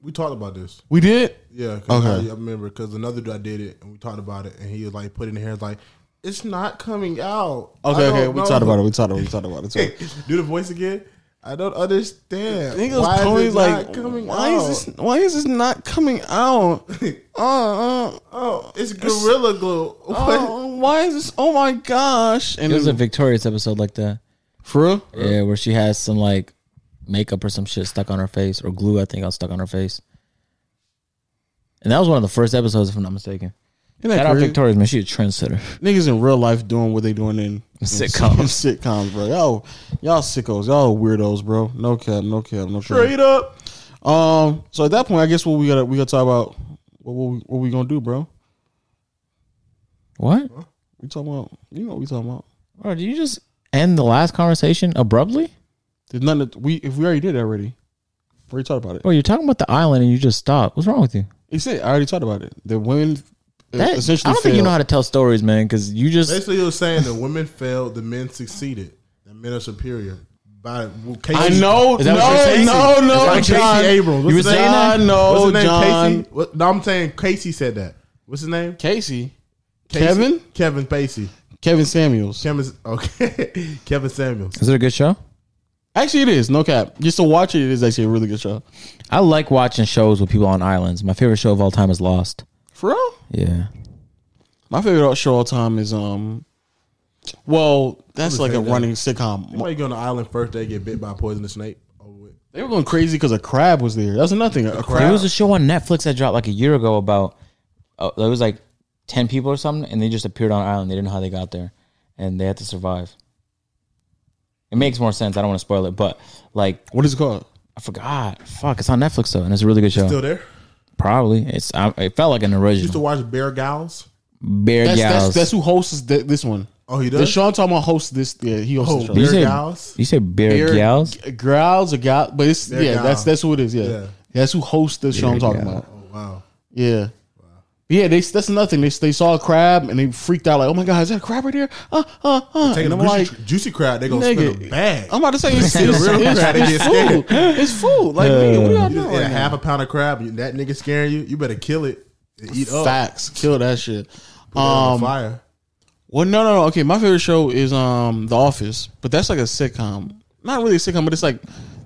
We talked about this. we did. Yeah, 'cause Okay. I, I remember because another dude I did it and we talked about it and he was like putting in hair like it's not coming out. Okay, okay, we talked about it. We talked about it. We talked about it. too. Do the voice again. I don't understand. Niggas why Tony's is it like, not coming why out? is this? Why is this not coming out? Uh, uh, oh, it's gorilla glue. What? uh, why is this? Oh my gosh! And It was a Victorious episode like that. for real? Yeah, where she has some like makeup or some shit stuck on her face or glue. I think I was stuck on her face. And that was one of the first episodes, if I'm not mistaken. Isn't that Shout out crazy? Victoria's man, she a trendsetter. niggas in real life doing what they doing in Sitcoms. in sitcoms, bro. Yo, y'all sickos, y'all weirdos, bro. No cap, no cap, no cap. Straight up. Um, so at that point, I guess what we gotta we gotta talk about what what we, what we gonna do, bro. What? We talking about you know what we talking about. Bro, did you just end the last conversation abruptly? There's nothing that we if we already did that already. We already talked about it. Bro, you're talking about the island and you just stopped. What's wrong with you? It's it. I already talked about it. The women uh, That- essentially. I don't think you failed. know how to tell stories, man, because you just Basically, it was saying the women failed, the men succeeded, the men are superior. By well, Casey, I know. Is that what you're saying? no, no, Is that no, what Casey John. Abrams. What's You were his name? saying that? John, no, What's his name? John. Casey. What, no, I'm saying Casey said that. What's his name? Casey, Casey- Kevin, Kevin Pacey. Kevin Samuels. Kevin. Okay. Kevin Samuels. Is it a good show? Actually, it is no cap. Just to watch it, it is actually a really good show. I like watching shows with people on islands. My favorite show of all time is Lost. For real, Yeah. my favorite show of all time is um. Well, that's like a say that. running sitcom. Why you go on the island first day get bit by a poisonous snake? Oh, Over with. They were going crazy because a crab was there. That's nothing. A There crab. was a show on Netflix that dropped like a year ago about uh, there was like ten people or something, and they just appeared on an island. They didn't know how they got there, and they had to survive. It makes more sense. I don't want to spoil it, but like What is it called? I forgot. Fuck, it's on Netflix though, and it's a really good show. Still there? Probably it's. I, it felt like an Used to original. watch Bear Gals. Bear That's, that's gals. that's who hosts th- this one. Oh, he The does. Sean talking about hosts this. Yeah, he hosts Oh, the show. Bear You say- Gals. you say bear, Bear- gals? G- growls or gal, but it's Bear yeah. That's growls. that's who it is. Yeah. Yeah. that's who hosts the show. I'm Bear talking growl. about. Oh wow. Yeah. Yeah, they, that's nothing. They, they saw a crab and they freaked out like, "Oh my god, is that a crab right there?" Uh, uh, uh. Taking And a I'm juicy, like, juicy crab, they gonna spin a "Nigga, bag. I'm about to say it's, The it's, real it's, crab, they get it's scared. food. It's food. Like, nigga, what are y'all You doing? just ate a right now? half a pound of crab. You, that nigga scaring you. You better kill it. and Eat up. Facts, kill that shit. Put it on Um, fire. well, no, no, no. Okay, my favorite show is um The Office, but that's like a sitcom. Not really a sitcom, but it's like,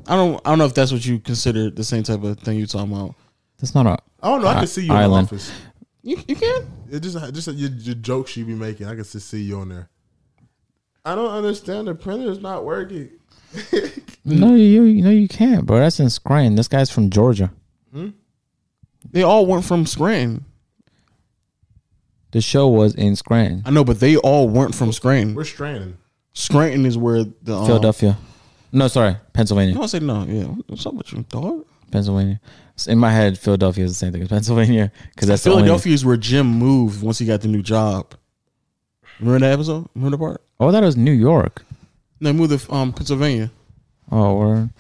I don't, I don't know if that's what you consider the same type of thing you talking about. That's not a. I don't know. I can see you Island. in the office. You, you can. It just just your, your jokes you be making. I can just see you on there. I don't understand. The printer's not working. No, you you- no, you can't, bro. That's in Scranton. This guy's from Georgia. They all weren't from Scranton. The show was in Scranton, I know, but they all weren't from Scranton. We're Um, stranding. Scranton is where the um, Philadelphia. No, sorry, Pennsylvania. You want to say no? Yeah. What's up with you, dog? Pennsylvania. S- In my head, Philadelphia is the same thing as Pennsylvania because that's Philadelphia. Philadelphia is where Jim moved once he got the new job. Remember that episode? Remember the part? oh, that was New York. No, he moved to um, Pennsylvania. Oh, word.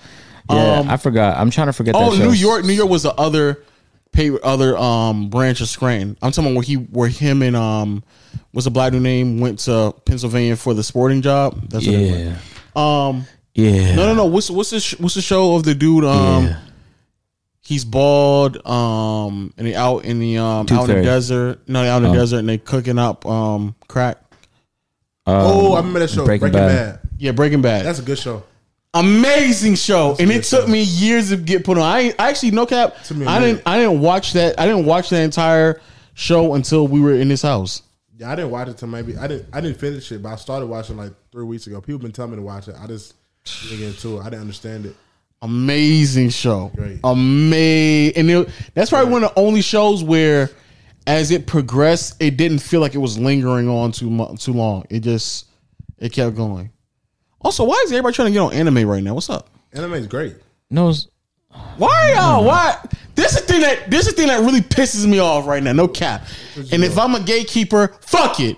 Yeah, Um, I forgot. I'm trying to forget. Oh, that show. New York. New York was the other pay other um branch of Scranton. I'm talking about where he where him and um what's the black dude name went to Pennsylvania for the sporting job. That's what it Yeah, was. Um yeah. no no no what's what's the sh- what's the show of the dude um Yeah. he's bald um and he out in the um Tooth out in the Fairy. desert no they out in the Oh. desert and they cooking up um crack oh, I remember that show. Breaking Breaking Bad. Bad. yeah Breaking Bad That's a good show. amazing show, and it good took show. me years to get put on. I, ain't- I actually no cap. Took me a I minute. didn't. I didn't watch that. I didn't watch that entire show until we were in this house. Yeah, I didn't watch it till maybe I didn't I didn't finish it, but I started watching like three weeks ago. People been telling me to watch it. I just didn't get into it. I didn't understand it. Amazing show. Great. Amazing, and it, that's probably one of the only shows where, as it progressed, it didn't feel like it was lingering on too mu- too long. It just it kept going. Also, why is everybody trying to get on anime right now? What's up? Anime is great. No, it's- Why Mm-hmm. y'all? Why? This is the thing that this is the thing that really pisses me off right now. No cap. And if I'm a gatekeeper, fuck it.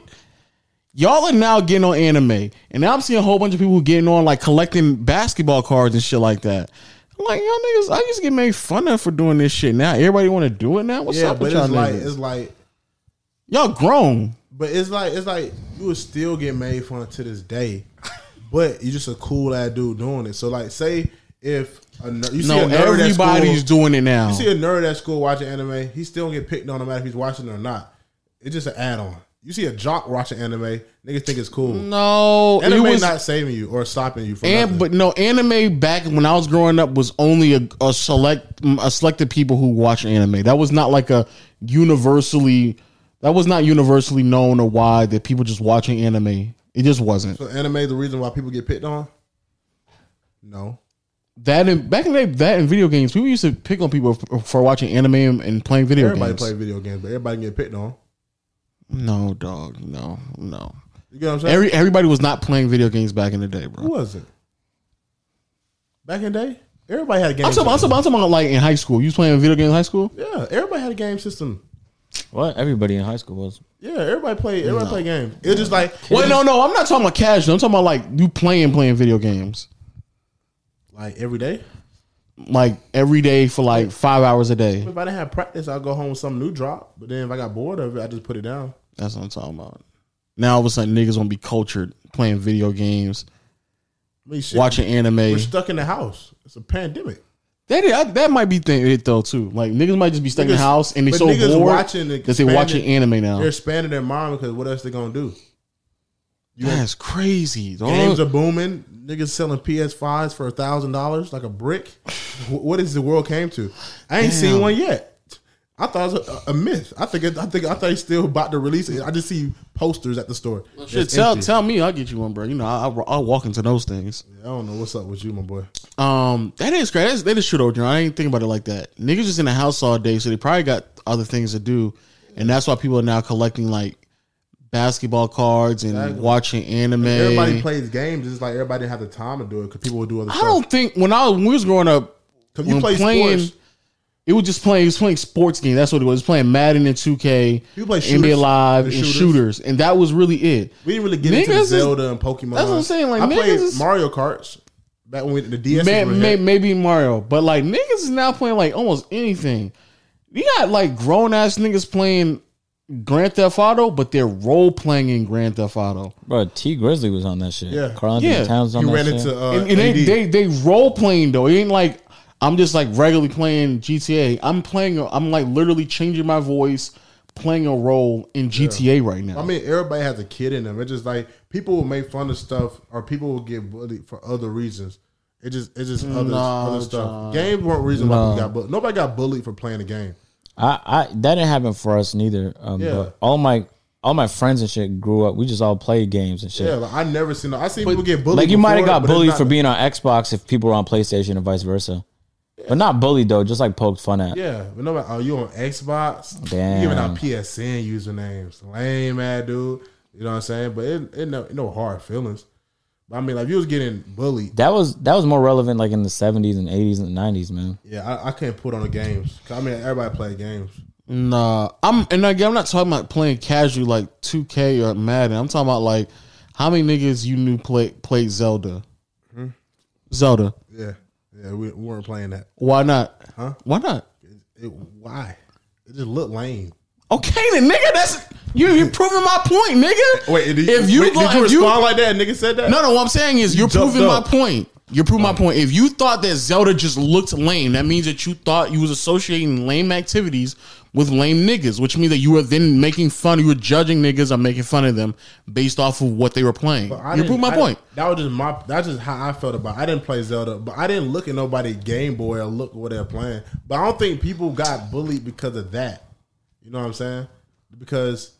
Y'all are now getting on anime, and now I'm seeing a whole bunch of people getting on like collecting basketball cards and shit like that. I'm like y'all niggas, I used to get made fun of for doing this shit. Now everybody want to do it. Now what's Yeah, up but with it's y'all like niggas? it's like Y'all grown. but it's like it's like you would still get made fun of to this day, but you just a cool ass dude doing it. So like, say if a ner- you see No, a nerd at school- everybody's doing it now. You see a nerd at school watching anime, he still don't get picked on no matter if he's watching it or not. It's just an add on. You see a jock watching anime, niggas think it's cool. No, Mm. it anime was not saving you or stopping you from And nothing. but no, anime back when I was growing up was only a, a select a selected people who watch anime. That was not like a universally that was not universally known or wide that people just watching anime. It just wasn't. so anime the reason why people get picked on? No. That in, back in the day, that in video games, people used to pick on people for, for watching anime and, and playing video Everybody games. play video games, but everybody can get picked on. No, dog, no, no. You get what I'm saying? Every everybody was not playing video games back in the day, Who bro. was it? Back in the day, everybody had a game. I'm talking, I'm, talking, system. I'm talking about like in high school. You was playing video games in high school? Yeah, everybody had a game system. what everybody in high school was. Yeah, everybody played. Everybody played games. It was just like Well, no, no, I'm not talking about casual. I'm talking about like you playing playing video games like every day. like every day for like five hours a day. If I didn't have practice, I'd go home with some new drop. But then if I got bored of it, I just put it down. That's what I'm talking about. Now all of a sudden niggas gonna be cultured playing video games, I mean, shit, watching anime. We're stuck in the house. It's a pandemic. That I- that might be thing, it though too. Like niggas might just be stuck in Niggas- the house and they but so niggas bored watching the that they watching anime now. They're expanding their mind because what else they gonna do? That's crazy. dog. Games are booming. Niggas selling PS5s for a thousand dollars like a brick. Wh- what is the world came to? I ain't seen Damn. one yet. I thought it was a, a myth. I think it, I think I thought he's still about to release it. I just see posters at the store. Shit, It's tell empty. tell me, I'll get you one, bro. You know, I, I, I'll walk into those things. I don't know what's up with you, my boy. Um, that is great. That's, that is true though, John. I didn't think about it like that. Niggas just in the house all day, so they probably got other things to do, and that's why people are now collecting like basketball cards and Exactly. watching anime. Everybody plays games. It's like everybody didn't have the time to do it because people would do other I stuff. don't think when I when we was growing up, Because you when play playing- sports, it was just playing. It was playing sports games. That's what it was. It was playing Madden and Two K, You play NBA shooters. Live and The shooters. shooters. and that was really it. we didn't really get Niggas into the is- Zelda and Pokemon. that's what I'm saying, like, I niggas played is- Mario Karts back when we, the DS. May, was really may, hit. maybe Mario, but like niggas is now playing like almost anything. You got like grown ass niggas playing Grand Theft Auto, but they're role playing in Grand Theft Auto, Bro, T Grizzly was on that shit. Yeah. Carl Anthony Yeah. Towns on You that ran shit. into uh, and, and they, AD. they they role playing though. It ain't like I'm just like regularly playing GTA. I'm playing. a- I'm like literally changing my voice, playing a role in GTA right now. I mean, everybody has a kid in them. It's just like people will make fun of stuff, or people will get bullied for other reasons. It just, it's just other, Nah, other stuff. John. Games weren't reason why people got bullied. Nobody got bullied for playing a game. I, I that didn't happen for us neither. Um, Yeah. but all my all my friends and shit grew up. We just all played games and shit. Yeah, like, I never seen. I seen people get bullied. like you might have got bullied for being. being on Xbox if people were on PlayStation and vice versa. But not bullied though, just like poked fun at. Yeah, but nobody. Oh, you on Xbox? Damn. You giving out PSN usernames? Lame ass dude. You know what I'm saying? But it, it no, no hard feelings. But I mean, like if you was getting bullied. That was that was more relevant like in the seventies and eighties and nineties, man. Yeah, I, I can't put on the games. 'Cause, I mean, everybody play games. Nah, I'm and again, I'm not talking about playing casual like 2K or Madden. I'm talking about like how many niggas you knew play played Zelda. Hmm? Zelda, Yeah, yeah, we, we weren't playing that. why not? Huh? Why not? It, why? It just looked lame. Okay, then nigga, that's you. You proving my point, nigga. Wait, did, if you wait, go- did if you respond you- like that? Nigga said that. no, no, what I'm saying is you're jumped proving up. my point. You're proving my point. If you thought that Zelda just looked lame, that means that you thought you was associating lame activities with lame niggas, which means that you were then making fun. You were judging niggas or making fun of them based off of what they were playing. I You didn't- proved my I point. didn't- That was just my. That's just how I felt about. It. I didn't play Zelda, but I didn't look at nobody Game Boy or look what they're playing. But I don't think people got bullied because of that. You know what I'm saying? Because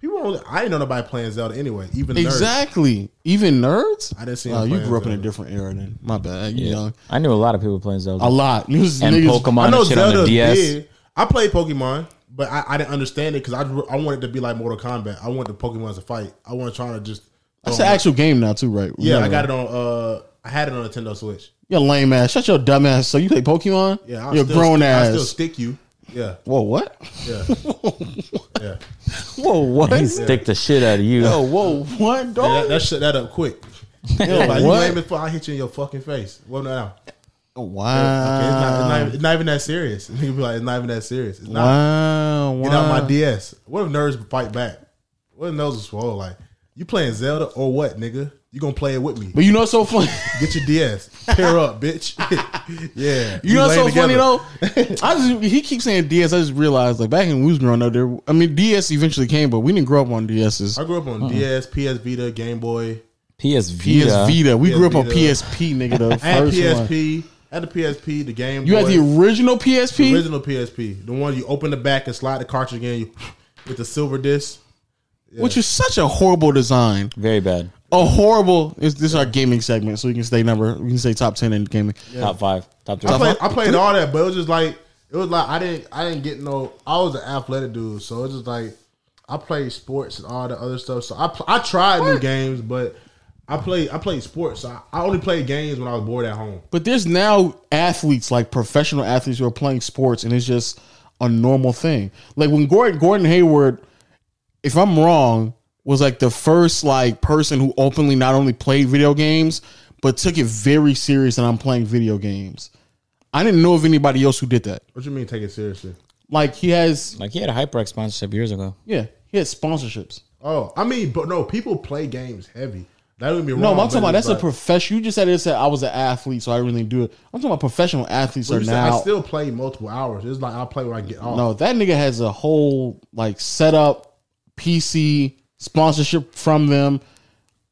people, don't, I didn't know nobody playing Zelda anyway. Even nerds. Exactly. Even nerds. I didn't see. Oh, them you playing grew up in a Zelda. different era then. My bad. You young. I knew a lot of people playing Zelda A lot. You was and niggas- Pokemon I know and shit on Zelda the DS. did. I played Pokemon, but I, I didn't understand it because I I wanted to be like Mortal Kombat. I wanted the Pokemon to fight. I wasn't trying to just That's an actual game now too, right? Yeah, I got it on. Uh, I had it on Nintendo Switch. You're lame ass. Shut your dumb ass. So you play Pokemon? Yeah, you're grown I ass. still stick you. Yeah, Whoa, what? yeah, yeah. Whoa, what? He stick the shit out of you. Yo, Oh, whoa, what, That, dog? that shut that up quick. Yeah, like, you Oh. what? lame before I hit you in your fucking face. Well, no, no. Okay, it's, not, it's, not Wow. even, it's not even that serious. You be like, it's not even that serious. It's not. Wow, Get out my wow. DS. What if nerds fight back? What if nerds are swole? Like, you playing Zelda or what, nigga? You gonna play it with me? But you know what's so funny? Get your DS. Pair up, bitch. yeah. You know what's so laying funny together. though? I just he keeps saying DS. I just realized like back when we was growing up, there. I mean, DS eventually came, but we didn't grow up on DSs. I grew up on DS, PS Vita, Game Boy. PS PS Vita. Vita. We PS grew up on Vita. PSP, nigga. The I had first one. PSP. I had the PSP, the Game You Boy. had the original PSP. original PSP. The one you open the back and slide the cartridge in you, with the silver disc. Which is such a horrible design. Very bad. A horrible. Is this is our gaming segment? So we can stay number. We can say top ten in gaming. Top five. Top three. I played, I played all that, but it was just like it was like I didn't I didn't get no. I was an athletic dude, so it was just like I played sports and all the other stuff. So I pl- I tried new games, but I played I played sports. So I, I only played games when I was bored at home. But there's now athletes like professional athletes who are playing sports, and it's just a normal thing. Like when Gordon Gordon Hayward, if I'm wrong, was like the first like person who openly not only played video games but took it very serious. And I'm playing video games. I didn't know of anybody else who did that. What you mean take it seriously? Like he has, Like he had a HyperX sponsorship years ago. yeah, he has sponsorships. Oh, I mean, but no, people play games heavy. That would be wrong. No, I'm but talking about it's that's a like- professional. You just said it said I was an athlete, so I really didn't do it. I'm talking about professional athletes you are said I now. still play multiple hours. It's like I play when I get off. Oh. No, that nigga has a whole like setup, PC sponsorship from them.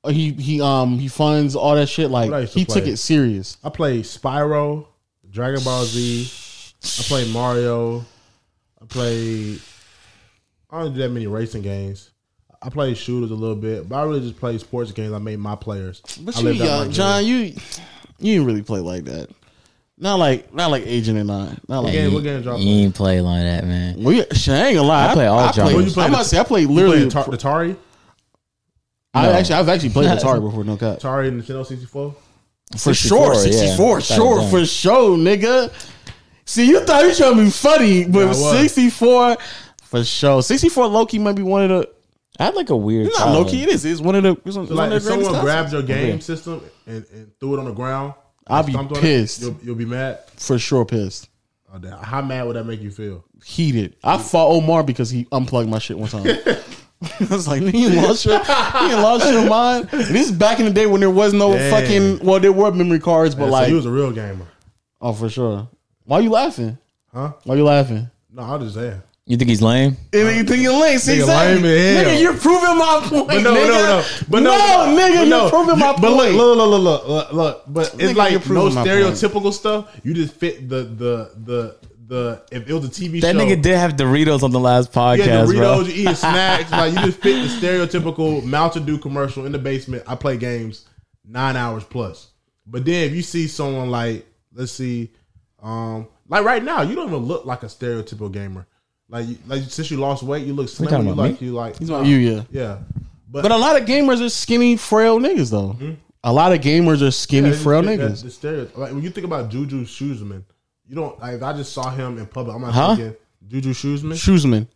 He he um he funds all that shit. What I Like used to he took play. it serious. I play Spyro, Dragon Ball Z. I play Mario. I play. I don't do that many racing games. I play shooters a little bit, but I really just play sports games. I made my players. But I you lived out my young, dreams. John, you you didn't really play like that. Not like not like Agent and I. Not like What game, what games y'all You ain't play like that, man. we. shit, I ain't gonna lie. I play all genres. played- You play I the- must say I played play? literally. Tar- the Atari, I actually I've actually played Atari before. No cap. Atari and Nintendo sixty four. For sure, 64, sure, for sure, nigga. See, you thought you trying to be funny, but I was. 64, for sure. 64 Loki might be one of the, I had like a weird. it's not childhood. Loki, it is. It's one of the, it's one, So like, of if the greatest someone consoles. grabbed your game system and, and threw it on the ground, I'll and be stomped on it, pissed. you'll, you'll be mad. For sure, pissed. Oh, damn. How mad would that make you feel? Heated. I fought Omar because he unplugged my shit one time. I was like, you ain't lost your, you ain't lost your mind. This is back in the day when there was no Damn. fucking, well, there were memory cards, but And like, so he was a real gamer, oh, for sure. Why you laughing? huh? Why you laughing? No, I was just saying. You think he's lame? And you think you're links, exactly. lame as hell. Nigga, you're proving my point. But no, nigga. no, no. But no, no, but nigga, you're no. proving my But look, point. look, look, look, look, look, look. But it's Nigga, you're like no proving my stereotypical stuff. You just fit the the the the. If it was a TV That show, nigga did have Doritos on the last you podcast, had Doritos, bro. you eating snacks, like you just fit the stereotypical Mountain Dew commercial in the basement. I play games nine hours plus. But then if you see someone like, let's see, um, like right now, you don't even look like a stereotypical gamer. Like, you, like since you lost weight, you look slim. talking You about like you like He's my- you, yeah. yeah. But a lot of gamers are skinny, frail niggas, though. A lot of gamers are skinny, Hmm? Yeah, it's- frail it- niggas. that's The stereotype. Like when you think about Juju Shoesman, you don't. Like, if I just saw him in public, I'm not Huh? thinking Juju Shoesman. Shoesman.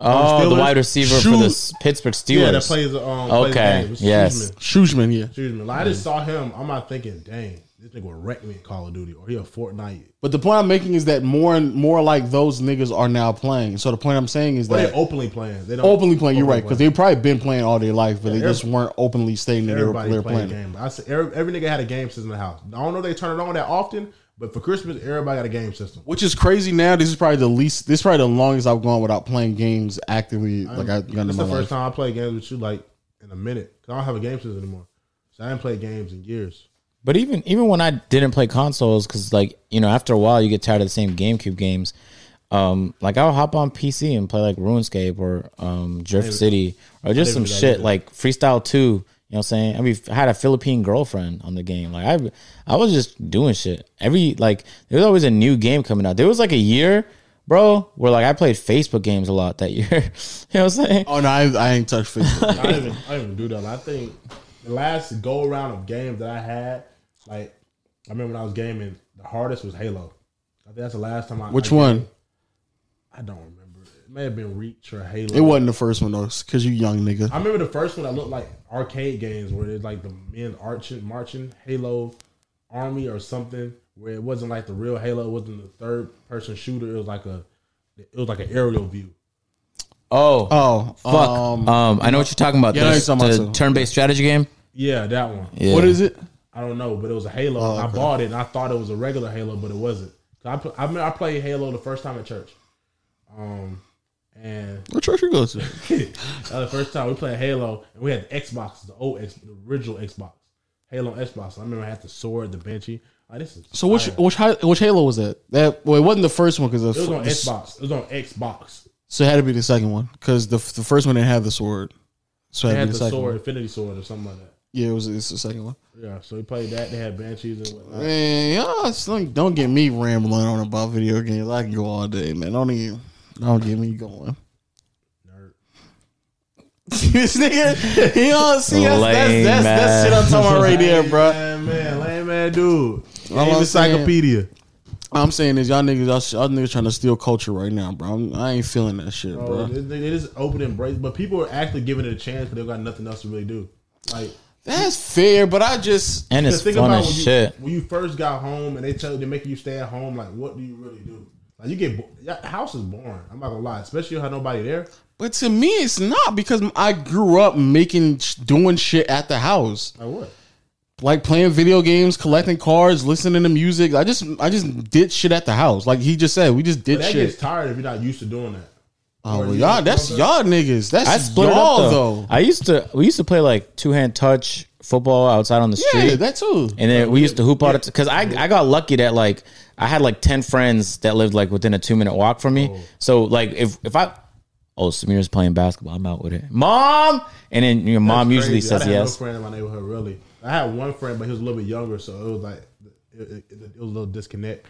Oh, the Steelers? wide receiver for Shoot. the S- Pittsburgh Steelers. Yeah, that plays. Um, plays Okay, games. yes. Shoesman. Shoesman, yeah. Shoesman. Like, I Mm. just saw him. I'm not thinking, dang, this nigga would wreck me in Call of Duty, or he a Fortnite. But the point I'm making is that more and more like those niggas are now playing. So the point I'm saying is But that they openly playing. They don't openly playing, you're right, because playing. they've probably been playing all their life, but they just weren't openly stating that they were everybody they're playing playing. games. I said every, every nigga had a game system in the house. I don't know if they turn it on that often, but for Christmas, everybody got a game system. Which is crazy now. This is probably the least. This is probably the longest I've gone without playing games actively. Like I've gone in This is my the life. first time I play games with you like in a minute. 'Cause I don't have a game system anymore, so I didn't play games in years. But even even when I didn't play consoles, because like you know, after a while you get tired of the same GameCube games. Um, like I'll hop on PC and play like RuneScape or um, Drift City or just some do that shit either. like Freestyle Two. You know what I'm saying? I mean, I had a Philippine girlfriend on the game. Like I, I was just doing shit. Every like, there was always a new game coming out. There was like a year, bro, where like I played Facebook games a lot that year. you know what I'm saying? Oh no, I, I ain't touched Facebook. I don't even, I don't even do that. I think last go round of games that I had, like I remember when I was gaming, the hardest was Halo. I think that's the last time I. Which I one? I don't remember. It may have been Reach or Halo. It wasn't the first one though, because you young nigga. I remember the first one that looked like arcade games where it's like the men arching, marching Halo Army or something, where it wasn't like the real Halo, it wasn't the third person shooter. It was like a, it was like an aerial view. Oh, Oh fuck! fuck. Um, I know what you're talking about. yeah, I know This- what you're talking the about, too. turn-based strategy game. Yeah, that one. Yeah. What is it? I don't know, but it was a Halo. Oh, I okay. bought it and I thought it was a regular Halo, but it wasn't. 'Cause I put, I, mean, I played Halo the first time at church. Um, and What church you go to? that was the first time we played Halo, and we had the Xbox, the old X, the original Xbox, Halo Xbox. I remember I had the sword, the Banshee. Like, this is So which fire. which hi- which Halo was that? That well, it wasn't the first one because It was on Xbox. It was on Xbox. So it had to be the second one because the the first one didn't have the sword. So it had They to be had the the, second sword, one. Infinity Sword, or something like that. Yeah, it was it's the second one. Yeah, so we played that. They had banshees and whatnot. Man, y'all, it's like, don't get me rambling on about video games. I can go all day, man. Don't even don't get me going. Nerd. this nigga, you don't see that's Lame, that's, that's, that's shit I'm talking about right there, bro. Man, man, lame man, dude. I'm Game encyclopedia. I'm saying is y'all niggas, y'all, sh- y'all niggas trying to steal culture right now, bro. I'm, I ain't feeling that shit, Oh, bro. they, they they just open and break, but people are actually giving it a chance, but they've got nothing else to really do. Like, That's fair, but I just And it's just think fun about as when you, shit. when you first got home and they tell they make you stay at home. Like, what do you really do? Like, you get bo- yeah, house is boring. I'm not gonna lie, especially if you have nobody there. But to me, it's not because I grew up making sh- doing shit at the house, Like, what? like playing video games, collecting cards, listening to music. I just I just did shit at the house, like he just said. We just did But that shit. gets tired if you're not used to doing that. Oh, well, you y'all, just that's love y'all niggas. That's I split it up y'all though. though. I used to. We used to play like two hand touch football outside on the Yeah, street. that too. And then we used to hoop all the because I I got lucky that like I had like ten friends that lived like within a two minute walk from Oh. me. So like if if I oh Samir's playing basketball, I'm out with it. Mom, and then your mom That's usually crazy. I says didn't have yes. No friend in my neighborhood, really. I had one friend, but he was a little bit younger, so it was like it, it, it was a little disconnect.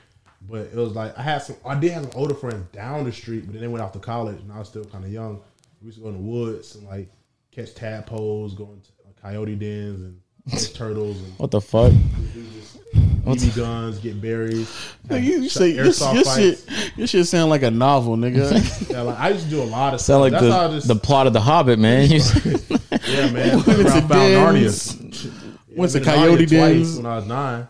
But it was like I had some, I did have some older friends down the street, but then they went off to college, and I was still kind of young. We used to go in the woods and like catch tadpoles, go into coyote dens and catch turtles and What the fuck? BB guns, get berries. Nigga, you have say your, airsoft your fights. shit. Your shit sound like a novel, nigga. Yeah, like I used to do a lot of Sound like stuff. That's how I the, just the plot of The Hobbit, man. You- yeah, man. I Went to found dens. Narnia. Yeah, Went to I've been Narnia coyote twice dens. when I was nine.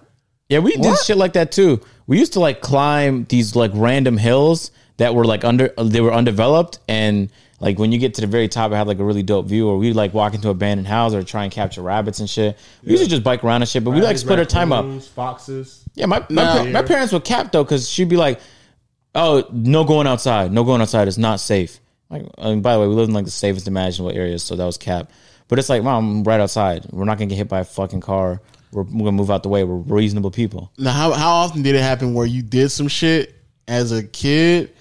yeah, we did shit like that too. We used to like climb these like random hills that were like under uh, they were undeveloped and like when you get to the very top, it had like a really dope view. Or we like walk into abandoned house or try and capture rabbits and shit. We used to just bike around and shit, but we like split our time up. Raccoons, Foxes. Yeah, my my, pa- my parents would cap though because she'd be like, "Oh, no going outside. No going outside. It's not safe." Like, and by the way, we live in like the safest imaginable areas, so that was cap. But it's like, mom, I'm right outside. We're not gonna get hit by a fucking car. We're, we're gonna move out the way. We're reasonable people. now, how how often did it happen where you did some shit as a kid,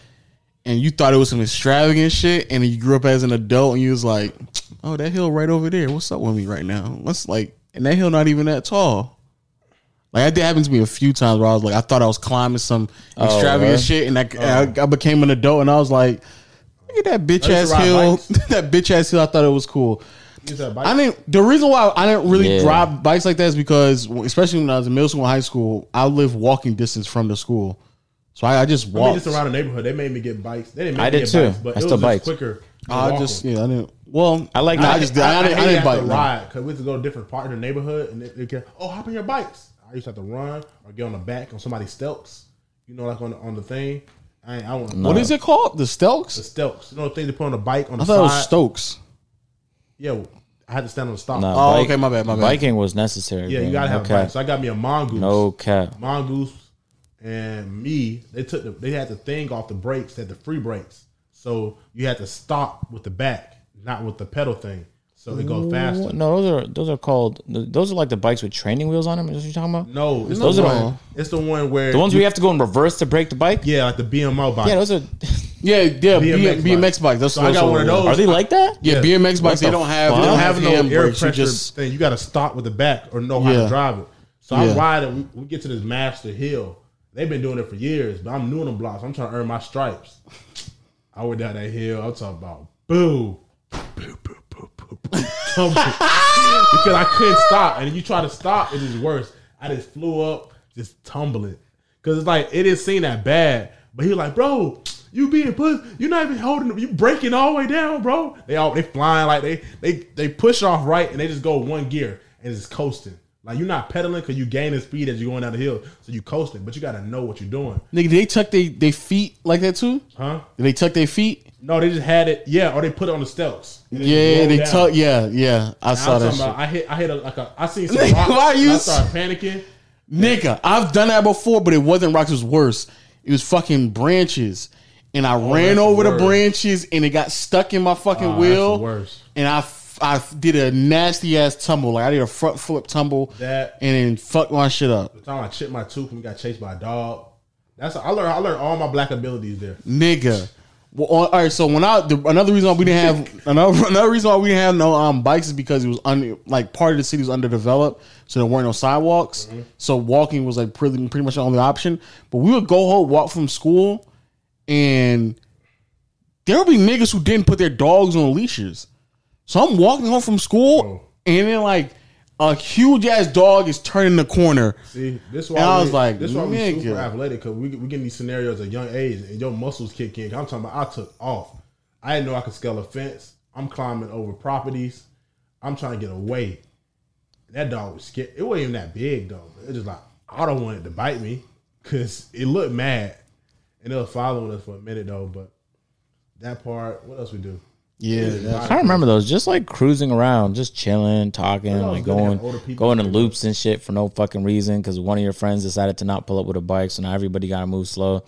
and you thought it was some extravagant shit, and you grew up as an adult, and you was like, "Oh, that hill right over there. What's up with me right now? What's like?" And that hill not even that tall. Like that did happen to me a few times where I was like, I thought I was climbing some Oh, extravagant right. shit, and I, I, I became an adult, and I was like, "Look at that bitch ass ride hill. bikes. that bitch ass hill. I thought it was cool." Use that bike. I didn't. The reason why I didn't really Yeah. ride bikes like that is because, especially when I was in middle school and high school, I lived walking distance from the school, so I, I just I mean, walked. just around the neighborhood, they made me get bikes. They didn't make I me did get too. bikes, but I it was still just biked. quicker. to I walk just them. yeah, I didn't. Well, I like no, that. I just did. I, didn't. I hated didn't to bike. no. ride because we had to go to different part of the neighborhood, and they, they get, oh, hop in your bikes. I used to have to run or get on the back on somebody's stelks. You know, like on the, on the thing. I, ain't- I want What is it called? The the Stelks? stelks? You know, the thing they put on the bike on I the thought side. it was Stokes. yeah, well, I had to stand on the stop. Nah, Oh, okay, my bad, my bad. Biking was necessary. yeah, bro. you gotta have no a cap. bike. So I got me a mongoose. No cap. Mongoose and me, they took the, they had the thing off the brakes, they had the free brakes. So you had to stop with the back, not with the pedal thing. So it goes faster. No, No, those are those are called those are like the bikes with training wheels on them. Is what you're talking about? it's Those the are one. all- It's the one where The ones we have to go in reverse to break the bike. Yeah, yeah, like the BMO bike. those are. Yeah, yeah. BMX, BMX BMX bike. That's So what I got it's one of called. those. Are they like that? Yeah, BMX bikes. What They the don't have. They fuck? don't I have have no hand air brakes. You pressure just thing. You got to stop with the back or know how Yeah. to drive it. So Yeah. I'm riding. We, we get to this master hill. They've been doing it for years, but I'm new in the blocks. I'm trying to earn my stripes. I went down that hill. I'm talking about boo. Boo, boo, boo, boo, boo. something because I couldn't stop. And if you try to stop, it is worse. I just flew up, just tumbling. Cause it's like it didn't seem that bad. But he was like, bro, you being pussy, you're not even holding you breaking all the way down, bro. They all they flying like they they they push off right and they just go one gear and it's coasting. Like you're not pedaling because you gaining speed as you're going down the hill. So you coasting, but you gotta know what you're doing. Nigga, did they tuck they they feet like that too? Huh? Did they tuck their feet? No, they just had it, yeah, or they put it on the stilts. And it Yeah, rolled they down. tuck. Yeah, yeah. I I'm saw that. talking Shit. about, I hit, I hit a, like a, I seen some Nigga, rocks. why are and you I s- started panicking. Nigga, I've done that before, but it wasn't rocks. It was worse. It was fucking branches, and I ran Oh, that's over the worse. branches, and it got stuck in my fucking Oh, wheel. that's worse. And I, f- I f- did a nasty ass tumble. Like I did a front flip tumble, That- and then fucked my shit up. The time I chipped my tooth and got chased by a dog. That's I learned. I learned all my black abilities there. Nigga. Well, all all right. So when I the, another reason why we didn't have another another reason why we didn't have no um bikes is because it was un, like part of the city was underdeveloped, so there weren't no sidewalks. So walking was like pretty pretty much the only option. But we would go home, walk from school, and there would be niggas who didn't put their dogs on leashes. So I'm walking home from school, and then like a huge ass dog is turning the corner. See, this why And I was we- like, this why we nigga. super athletic because we we getting these scenarios at young age and your muscles kick in. I'm talking about I took off. I didn't know I could scale a fence. I'm climbing over properties. I'm trying to get away. That dog was scared. It wasn't even that big though. It was just like I don't want it to bite me because it looked mad and it was following us for a minute though. But that part, what else we do? Yeah, that's- I remember those, just like cruising around, just chilling, talking, always like good to have going, older people going in there. loops and shit for no fucking reason because one of your friends decided to not pull up with a bike, so now everybody gotta move slow.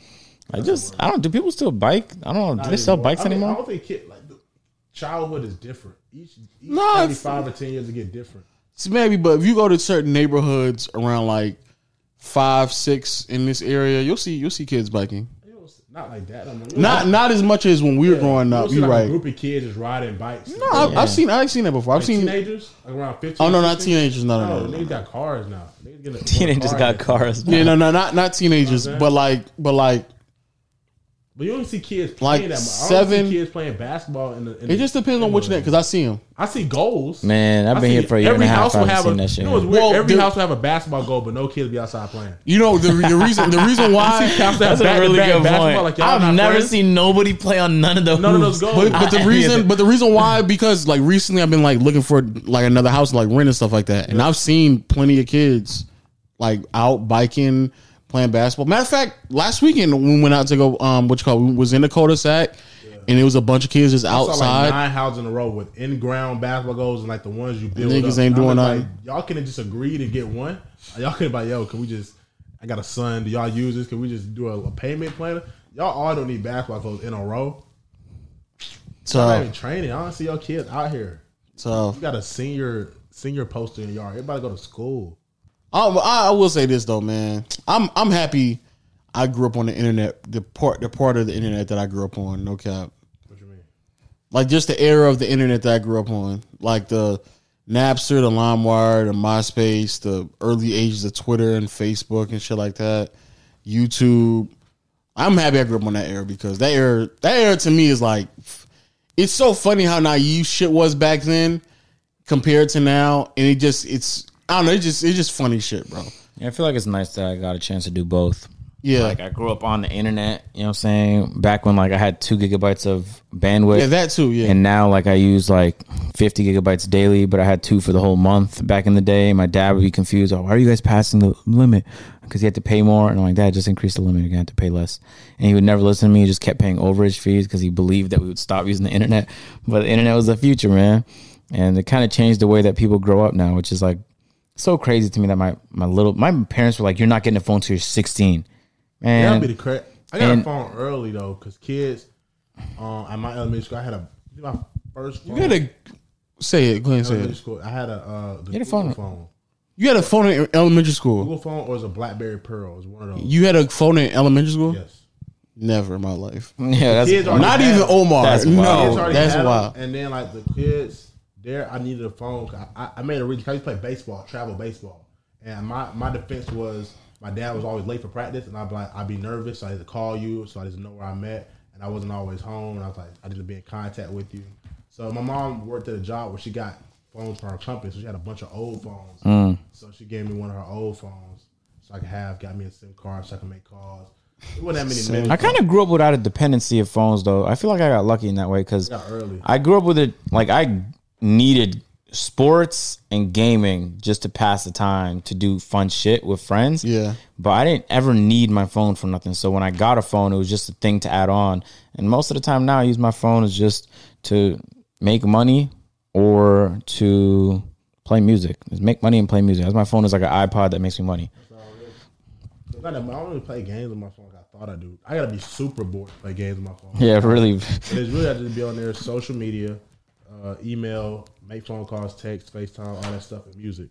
Like, just I don't. Do people still bike? I don't know. Do they sell anymore. bikes I mean, I anymore? don't think kid like the- childhood is different. Each, each No, every it's- five or ten years it get different. It's maybe, but if you go to certain neighborhoods around like five, six in this area, you'll see you'll see kids biking. You know, it's not like that. I mean, Not not as much as when we were growing up. You You're like A right. group of kids just riding bikes. No, I've, I've seen I've seen that before. I've seen. teenagers like around fifteen. Oh no, not 16? teenagers. No, no, No, no, no. they got cars now. They get a- Teenagers car got now. cars. Yeah, no, no, not not teenagers, Okay. but like, but like, But you don't see kids Like playing that much. I don't seven- see kids pplaying basketball in the. In it just depends on which net because I see them. I see goals. Man, I've I been see here for a year and every a half. house will I haven't have seen a- that shit. You know, it's weird. Well, every dude- house will have a basketball goal, but no kids be outside playing. You know the the reason the reason why. That's a really good point. I've never seen. seen nobody play on none of those. None of those roofs. goals. But, but the I- reason, but the reason why, because like recently I've been like looking for like another house, like rent and stuff like that, and I've seen plenty of kids like out biking, playing basketball. Matter of fact, last weekend we went out to go, um, what you call, we was in the cul-de-sac, and it was a bunch of kids just I saw like outside. nine houses in a row with in ground basketball goals and like the ones you build. Niggas up. ain't And I'm doing just like, nothing. Y'all couldn't just agree to get one. Y'all couldn't buy yo. Can we just? I got a son. Do y'all use this? Can we just do a, a payment plan? Y'all all don't need basketball goals in a row. I'm not So, even training. I don't see y'all kids out here. so You got a senior senior poster in your yard. Everybody go to school. I, I I will say this though, man, I'm I'm happy. I grew up on the internet, the part the part of the internet that I grew up on. No cap. What you mean? like just the era of the internet that I grew up on, like the Napster, the LimeWire, the MySpace, the early ages of Twitter and Facebook and shit like that, YouTube. I'm happy I grew up on that era because that era, that era to me is like, it's so funny how naive shit was back then compared to now, and it just it's I don't know, it's just it's just funny shit, bro. I feel like it's nice that I got a chance to do both. Yeah, Like I grew up on the internet, you know what I'm saying? Back when like I had two gigabytes of bandwidth. yeah, that too. Yeah, and now like I use like 50 gigabytes daily, but I had two for the whole month back in the day. My dad would be confused. Oh, why are you guys passing the limit? Because he had to pay more. And I'm like, Dad, just increase the limit. You're going to have to pay less. And he would never listen to me. He just kept paying overage fees because he believed that we would stop using the internet. But the internet was the future, man. And it kind of changed the way that people grow up now, which is like so crazy to me that my, my little, my parents were like, you're not getting a phone till you're 16. That'd Man, be the crack. I got and- a phone early though, because kids. Um, at my elementary school, I had a my first phone. you had a say it. Go ahead and say elementary it. school. I had a uh, the Get a Google phone. phone. You had a phone in elementary school. Google phone or is a BlackBerry Pearl? Is one of those? You had a phone in elementary school. Yes. Never in my life. yeah, that's, Kids already Not had even them. Omar. That's wild. no, Kids already that's had them, wild. And then like the kids there, I needed a phone. 'cause I, I- I made a reason. 'cause I used to play baseball, travel baseball, and my my defense was my dad was always late for practice, and I'd be like I'd be nervous, so I had to call you, so I just know where I'm at, and I wasn't always home, and I was like I didn't be in contact with you. So my mom worked at a job where she got phones for her company, so she had a bunch of old phones. Mm. So she gave me one of her old phones, so I could have got me a SIM card, so I could make calls. It wasn't that many minutes. I kind of grew up without a dependency of phones, though. I feel like I got lucky in that way because got early. I grew up with it. Like I needed sports and gaming just to pass the time to do fun shit with friends. Yeah. but I didn't ever need my phone for nothing. So when I got a phone, it was just a thing to add on. And most of the time now, I use my phone as just to make money or to play music. Just make money and play music. That's my phone is like an iPod that makes me money. Not that- I don't really play games on my phone. Like I thought I do. I gotta be super bored to play games on my phone. Yeah, really. But it's really have to be on there, social media, uh, email, make phone calls, text, FaceTime, all that stuff, and music,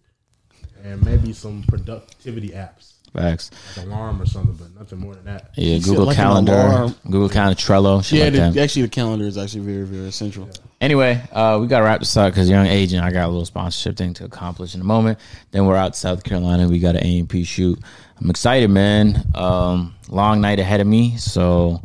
and maybe some productivity apps, Facts. like alarm or something, but nothing more than that. Yeah, said Google like an Calendar, alarm. Google Calendar, Trello, shit Yeah, like that. the, actually, the calendar is actually very, very essential. Anyway, uh, we got to wrap this up because Young Agent, I got a little sponsorship thing to accomplish in a moment. Then we're out to South Carolina. We got an A&P shoot. I'm excited, man. Um, long night ahead of me. So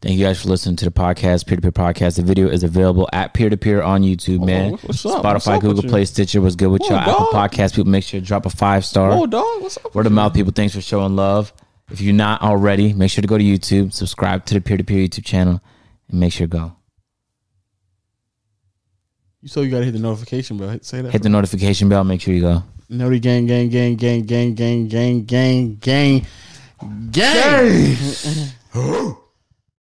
thank you guys for listening to the podcast, Peer to Peer Podcast. The video is available at Peer to Peer on YouTube, man. what- what's up? Spotify, What's up with Google you? Oh, Play, Stitcher was good with Whoa, y'all. Apple dog. Podcast people, make sure to drop a five star. Oh, dog, what's up? Word of mouth, people. Thanks for showing love. If you're not already, make sure to go to YouTube, subscribe to the Peer to Peer YouTube channel, and make sure to go. You so you gotta hit the notification bell. Hit, say that. Hit the notification bell. Make sure you go. Noti gang, gang, gang, gang, gang, gang, gang, gang, gang, gang.